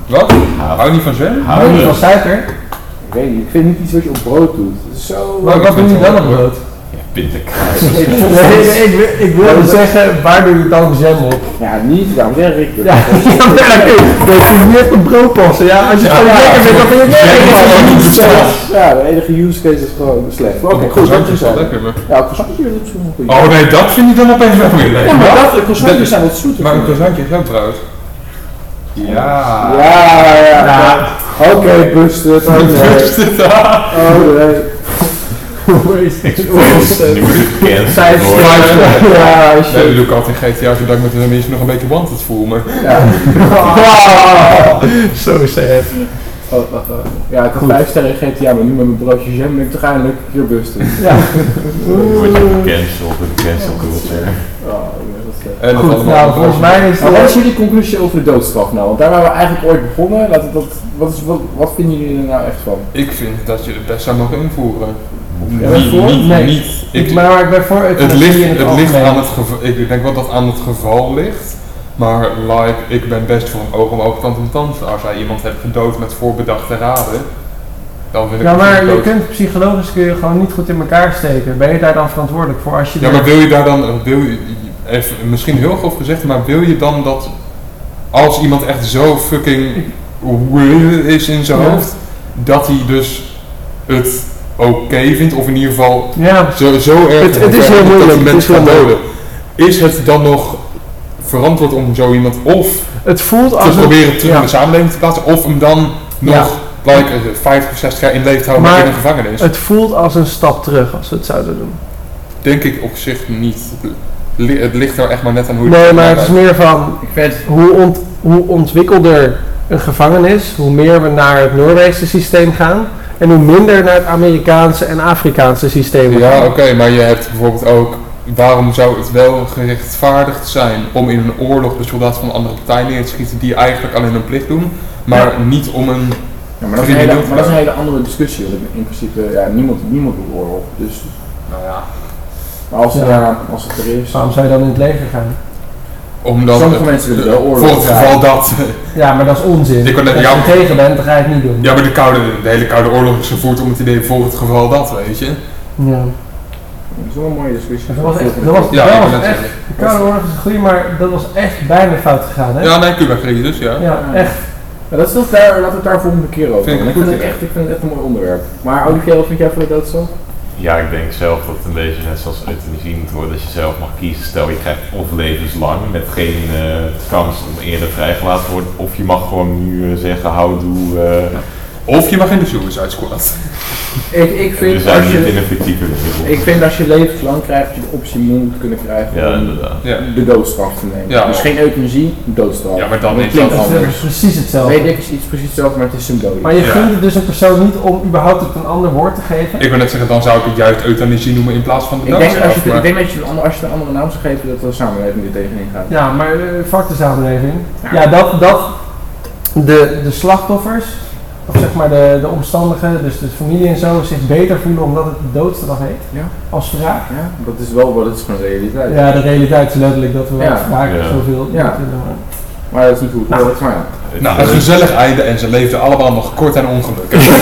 Speaker 1: Wat? Hou niet van zwemmen?
Speaker 4: Houden.
Speaker 3: Van suiker? Ik weet niet. Ik vind het niet iets wat je op brood doet. Het is Zo...
Speaker 1: Maar wat doen jullie dan op brood?
Speaker 4: Pindakaas.
Speaker 3: Ik vond
Speaker 2: Nee,
Speaker 3: het-
Speaker 2: nee, ik, wil- ik wilde zeggen, eh, waar doe je dan jam op?
Speaker 3: Ja, niet. Daarom zeg ik het.
Speaker 2: Ja, ja, maar oké, dat is niet op brood passen. Ja, als je het gewoon lekker vindt, dan vind je het lekker.
Speaker 3: Ja, de enige use case is gewoon slecht.
Speaker 1: Oh,
Speaker 3: Maar Oké, goed. Dat
Speaker 1: Croissantjes
Speaker 3: is
Speaker 1: is wel
Speaker 3: wel
Speaker 1: lekker, maar...
Speaker 3: Ja, croissantjes is op een goede.
Speaker 1: Oh nee, dat vind ik dan opeens wel weer lekker.
Speaker 3: Ja, maar dat,
Speaker 1: dat-
Speaker 3: croissantjes zijn wat zoeter.
Speaker 1: Maar een croissantje is ook brood. Ja.
Speaker 3: Ja, ja, ja. Oké, Buster. Oh nee. Oh nee.
Speaker 4: Nu moet ik kennis
Speaker 2: Vijf
Speaker 4: worden.
Speaker 1: Ja.
Speaker 3: Ja,
Speaker 1: Nee, dat
Speaker 3: shit.
Speaker 1: doe ik altijd in GTA, zodat ik met de mensen nog een beetje wanted voel. Maar
Speaker 2: Zo sad.
Speaker 3: Oh, oh, oh. Ja, ik had vijf sterren in GTA, maar nu met mijn broodje jam ben ik toch eindelijk hier Buster.
Speaker 4: Nu word je gecanceld, de cancel culture.
Speaker 3: Oh, nee, dat is slecht.
Speaker 1: en dat
Speaker 2: Goed,
Speaker 1: allemaal
Speaker 2: nou, volgens mij is
Speaker 3: Maar wat is
Speaker 2: het...
Speaker 3: jullie conclusie over de doodstraf nou? Want daar waren we eigenlijk ooit begonnen. Laten we dat, wat, is, wat, wat vinden jullie er nou echt van?
Speaker 1: Ik vind dat je het best zou mogen invoeren.
Speaker 2: Ja, voor?
Speaker 1: niet,
Speaker 2: Nee.
Speaker 1: niet. Ik,
Speaker 2: maar ik ben voor
Speaker 1: het ligt,
Speaker 2: in
Speaker 1: het ligt
Speaker 2: algemeen.
Speaker 1: aan het geval. Ik denk wel dat het aan het geval ligt. Maar like, ik ben best voor een oog om oog, tand om tand. Als jij iemand hebt gedood met voorbedachte raden, dan wil ik
Speaker 2: Ja, Nou, maar
Speaker 1: natuurlijk
Speaker 2: je
Speaker 1: ook-
Speaker 2: kunt psychologisch kun je gewoon niet goed in elkaar steken. Ben je daar dan verantwoordelijk voor als je...
Speaker 1: Ja,
Speaker 2: de-
Speaker 1: maar wil je daar dan, wil je, even, misschien heel grof gezegd, maar wil je dan dat als iemand echt zo fucking weird is in zijn
Speaker 2: Ja.
Speaker 1: hoofd, dat hij dus het oké vindt, of in ieder geval
Speaker 2: Ja,
Speaker 1: zo, zo erg
Speaker 2: Het- het is heel
Speaker 1: dat
Speaker 2: moeilijk,
Speaker 1: een
Speaker 2: het
Speaker 1: mens
Speaker 2: is heel
Speaker 1: gaat
Speaker 2: moeilijk.
Speaker 1: doden. Is het dan nog verantwoord om zo iemand of
Speaker 2: het voelt
Speaker 1: te
Speaker 2: als... een-
Speaker 1: proberen terug
Speaker 2: ja.
Speaker 1: in de samenleving te plaatsen, of hem dan nog
Speaker 2: Ja.
Speaker 1: like, eh, 50 of 60 jaar in leven te houden maar
Speaker 2: Maar
Speaker 1: in een gevangenis?
Speaker 2: Het voelt als een stap terug als we het zouden doen.
Speaker 1: Denk ik op zich niet. Li- het ligt er echt maar net aan hoe je
Speaker 2: Nee,
Speaker 1: ernaar
Speaker 2: maar het is
Speaker 1: kijkt.
Speaker 2: meer van
Speaker 3: Ik vind het
Speaker 2: hoe, ont, hoe ontwikkelder een gevangenis, hoe meer we naar het Noordeese systeem gaan. En hoe minder naar het Amerikaanse en Afrikaanse systeem. we
Speaker 1: Ja,
Speaker 2: gaan.
Speaker 1: oké, maar je hebt bijvoorbeeld ook. Waarom zou het wel gerechtvaardigd zijn om in een oorlog de soldaten van een andere partij neer te schieten die eigenlijk alleen hun plicht doen, maar niet om een.
Speaker 3: Ja, maar, dat is een hele, maar dat is een hele andere discussie. Want in principe, ja, niemand, niemand wil oorlog. Dus, nou ja. Maar als,
Speaker 2: Ja.
Speaker 3: ja. als het er is.
Speaker 2: Dus Waarom zou je dan in het leger gaan?
Speaker 1: Omdat
Speaker 3: Sommige mensen willen wel oorlog.
Speaker 1: Voor het
Speaker 3: Ja.
Speaker 1: geval dat.
Speaker 2: Ja, maar dat is onzin.
Speaker 1: Ik wou net-
Speaker 2: Als
Speaker 1: ja,
Speaker 2: je
Speaker 1: maar-
Speaker 2: tegen bent, dan ga je het niet doen.
Speaker 1: Ja, maar de, koude, de hele Koude Oorlog is gevoerd om het idee voor het geval dat, weet je.
Speaker 2: Ja.
Speaker 3: Dat is wel een mooie discussie.
Speaker 2: Dat was echt, dat was,
Speaker 1: Ja,
Speaker 2: dat
Speaker 1: ik
Speaker 2: was
Speaker 1: wil net
Speaker 2: echt,
Speaker 1: zeggen.
Speaker 2: de Koude Oorlog is een goeie, maar dat was echt bijna fout gegaan, hè?
Speaker 1: Ja, nee, Cuba-crisis, ja.
Speaker 2: Ja, echt.
Speaker 3: Maar dat is toch daar, laten we het daar volgende keer over
Speaker 1: Vind ik
Speaker 3: hebben. Ik,
Speaker 1: een
Speaker 3: vind
Speaker 1: goed
Speaker 3: het
Speaker 1: idee.
Speaker 3: echt- ik vind het echt een mooi onderwerp. Maar Olivier, wat vind jij van de doodstraf?
Speaker 4: Ja, ik denk zelf dat het een beetje net zoals euthanasie moet worden, dat je zelf mag kiezen. Stel je krijgt of levenslang met geen eh, kans om eerder vrijgelaten te worden, of je mag gewoon nu eh, zeggen houdoe. eh
Speaker 1: Of je mag in de Suicide Squad.
Speaker 3: Ik, ik,
Speaker 4: we
Speaker 3: vind
Speaker 4: zijn
Speaker 3: als
Speaker 4: niet in
Speaker 3: je,
Speaker 4: een fictieve wereld.
Speaker 3: ik vind als je levenslang krijgt, je de optie moet kunnen krijgen
Speaker 4: ja,
Speaker 3: om
Speaker 4: inderdaad.
Speaker 1: Ja.
Speaker 3: de doodstraf te nemen.
Speaker 1: Ja.
Speaker 3: dus geen euthanasie, doodstraf.
Speaker 1: Ja, maar dan
Speaker 3: dat
Speaker 1: is
Speaker 3: klinkt
Speaker 2: Dat is
Speaker 3: anders.
Speaker 2: precies hetzelfde.
Speaker 3: Weet ik is iets precies hetzelfde, maar het is symbolisch.
Speaker 2: Maar je
Speaker 1: Ja.
Speaker 2: gunt het dus een persoon niet om überhaupt het een ander woord te geven.
Speaker 1: Ik wil net zeggen, dan zou ik het juist euthanasie noemen in plaats van de
Speaker 3: Ik denk, als
Speaker 1: doodstraf.
Speaker 3: je, ik
Speaker 1: maar-
Speaker 3: denk dat je een ander- als je een andere naam zou geven, dat de samenleving er tegenin gaat.
Speaker 2: Ja, maar eh, fuck de samenleving.
Speaker 3: Ja.
Speaker 2: Ja, dat, dat de, de slachtoffers, of zeg maar de, de omstandigen, dus de familie en zo, zich beter voelen omdat het de doodstraf heet.
Speaker 3: Ja.
Speaker 2: Als wraak.
Speaker 3: Ja, dat is wel wat het is gewoon realiteit.
Speaker 2: Ja, de realiteit is letterlijk dat we
Speaker 3: Ja.
Speaker 2: vaak wraak
Speaker 4: Ja.
Speaker 2: zoveel
Speaker 3: Ja.
Speaker 2: moeten doen.
Speaker 3: Maar dat is niet goed.
Speaker 2: Nou.
Speaker 3: dat is maar ja.
Speaker 4: Het
Speaker 1: Nou,
Speaker 4: is
Speaker 1: een
Speaker 4: een-
Speaker 1: gezellig einde en ze leefden allemaal nog kort en ongelukkig.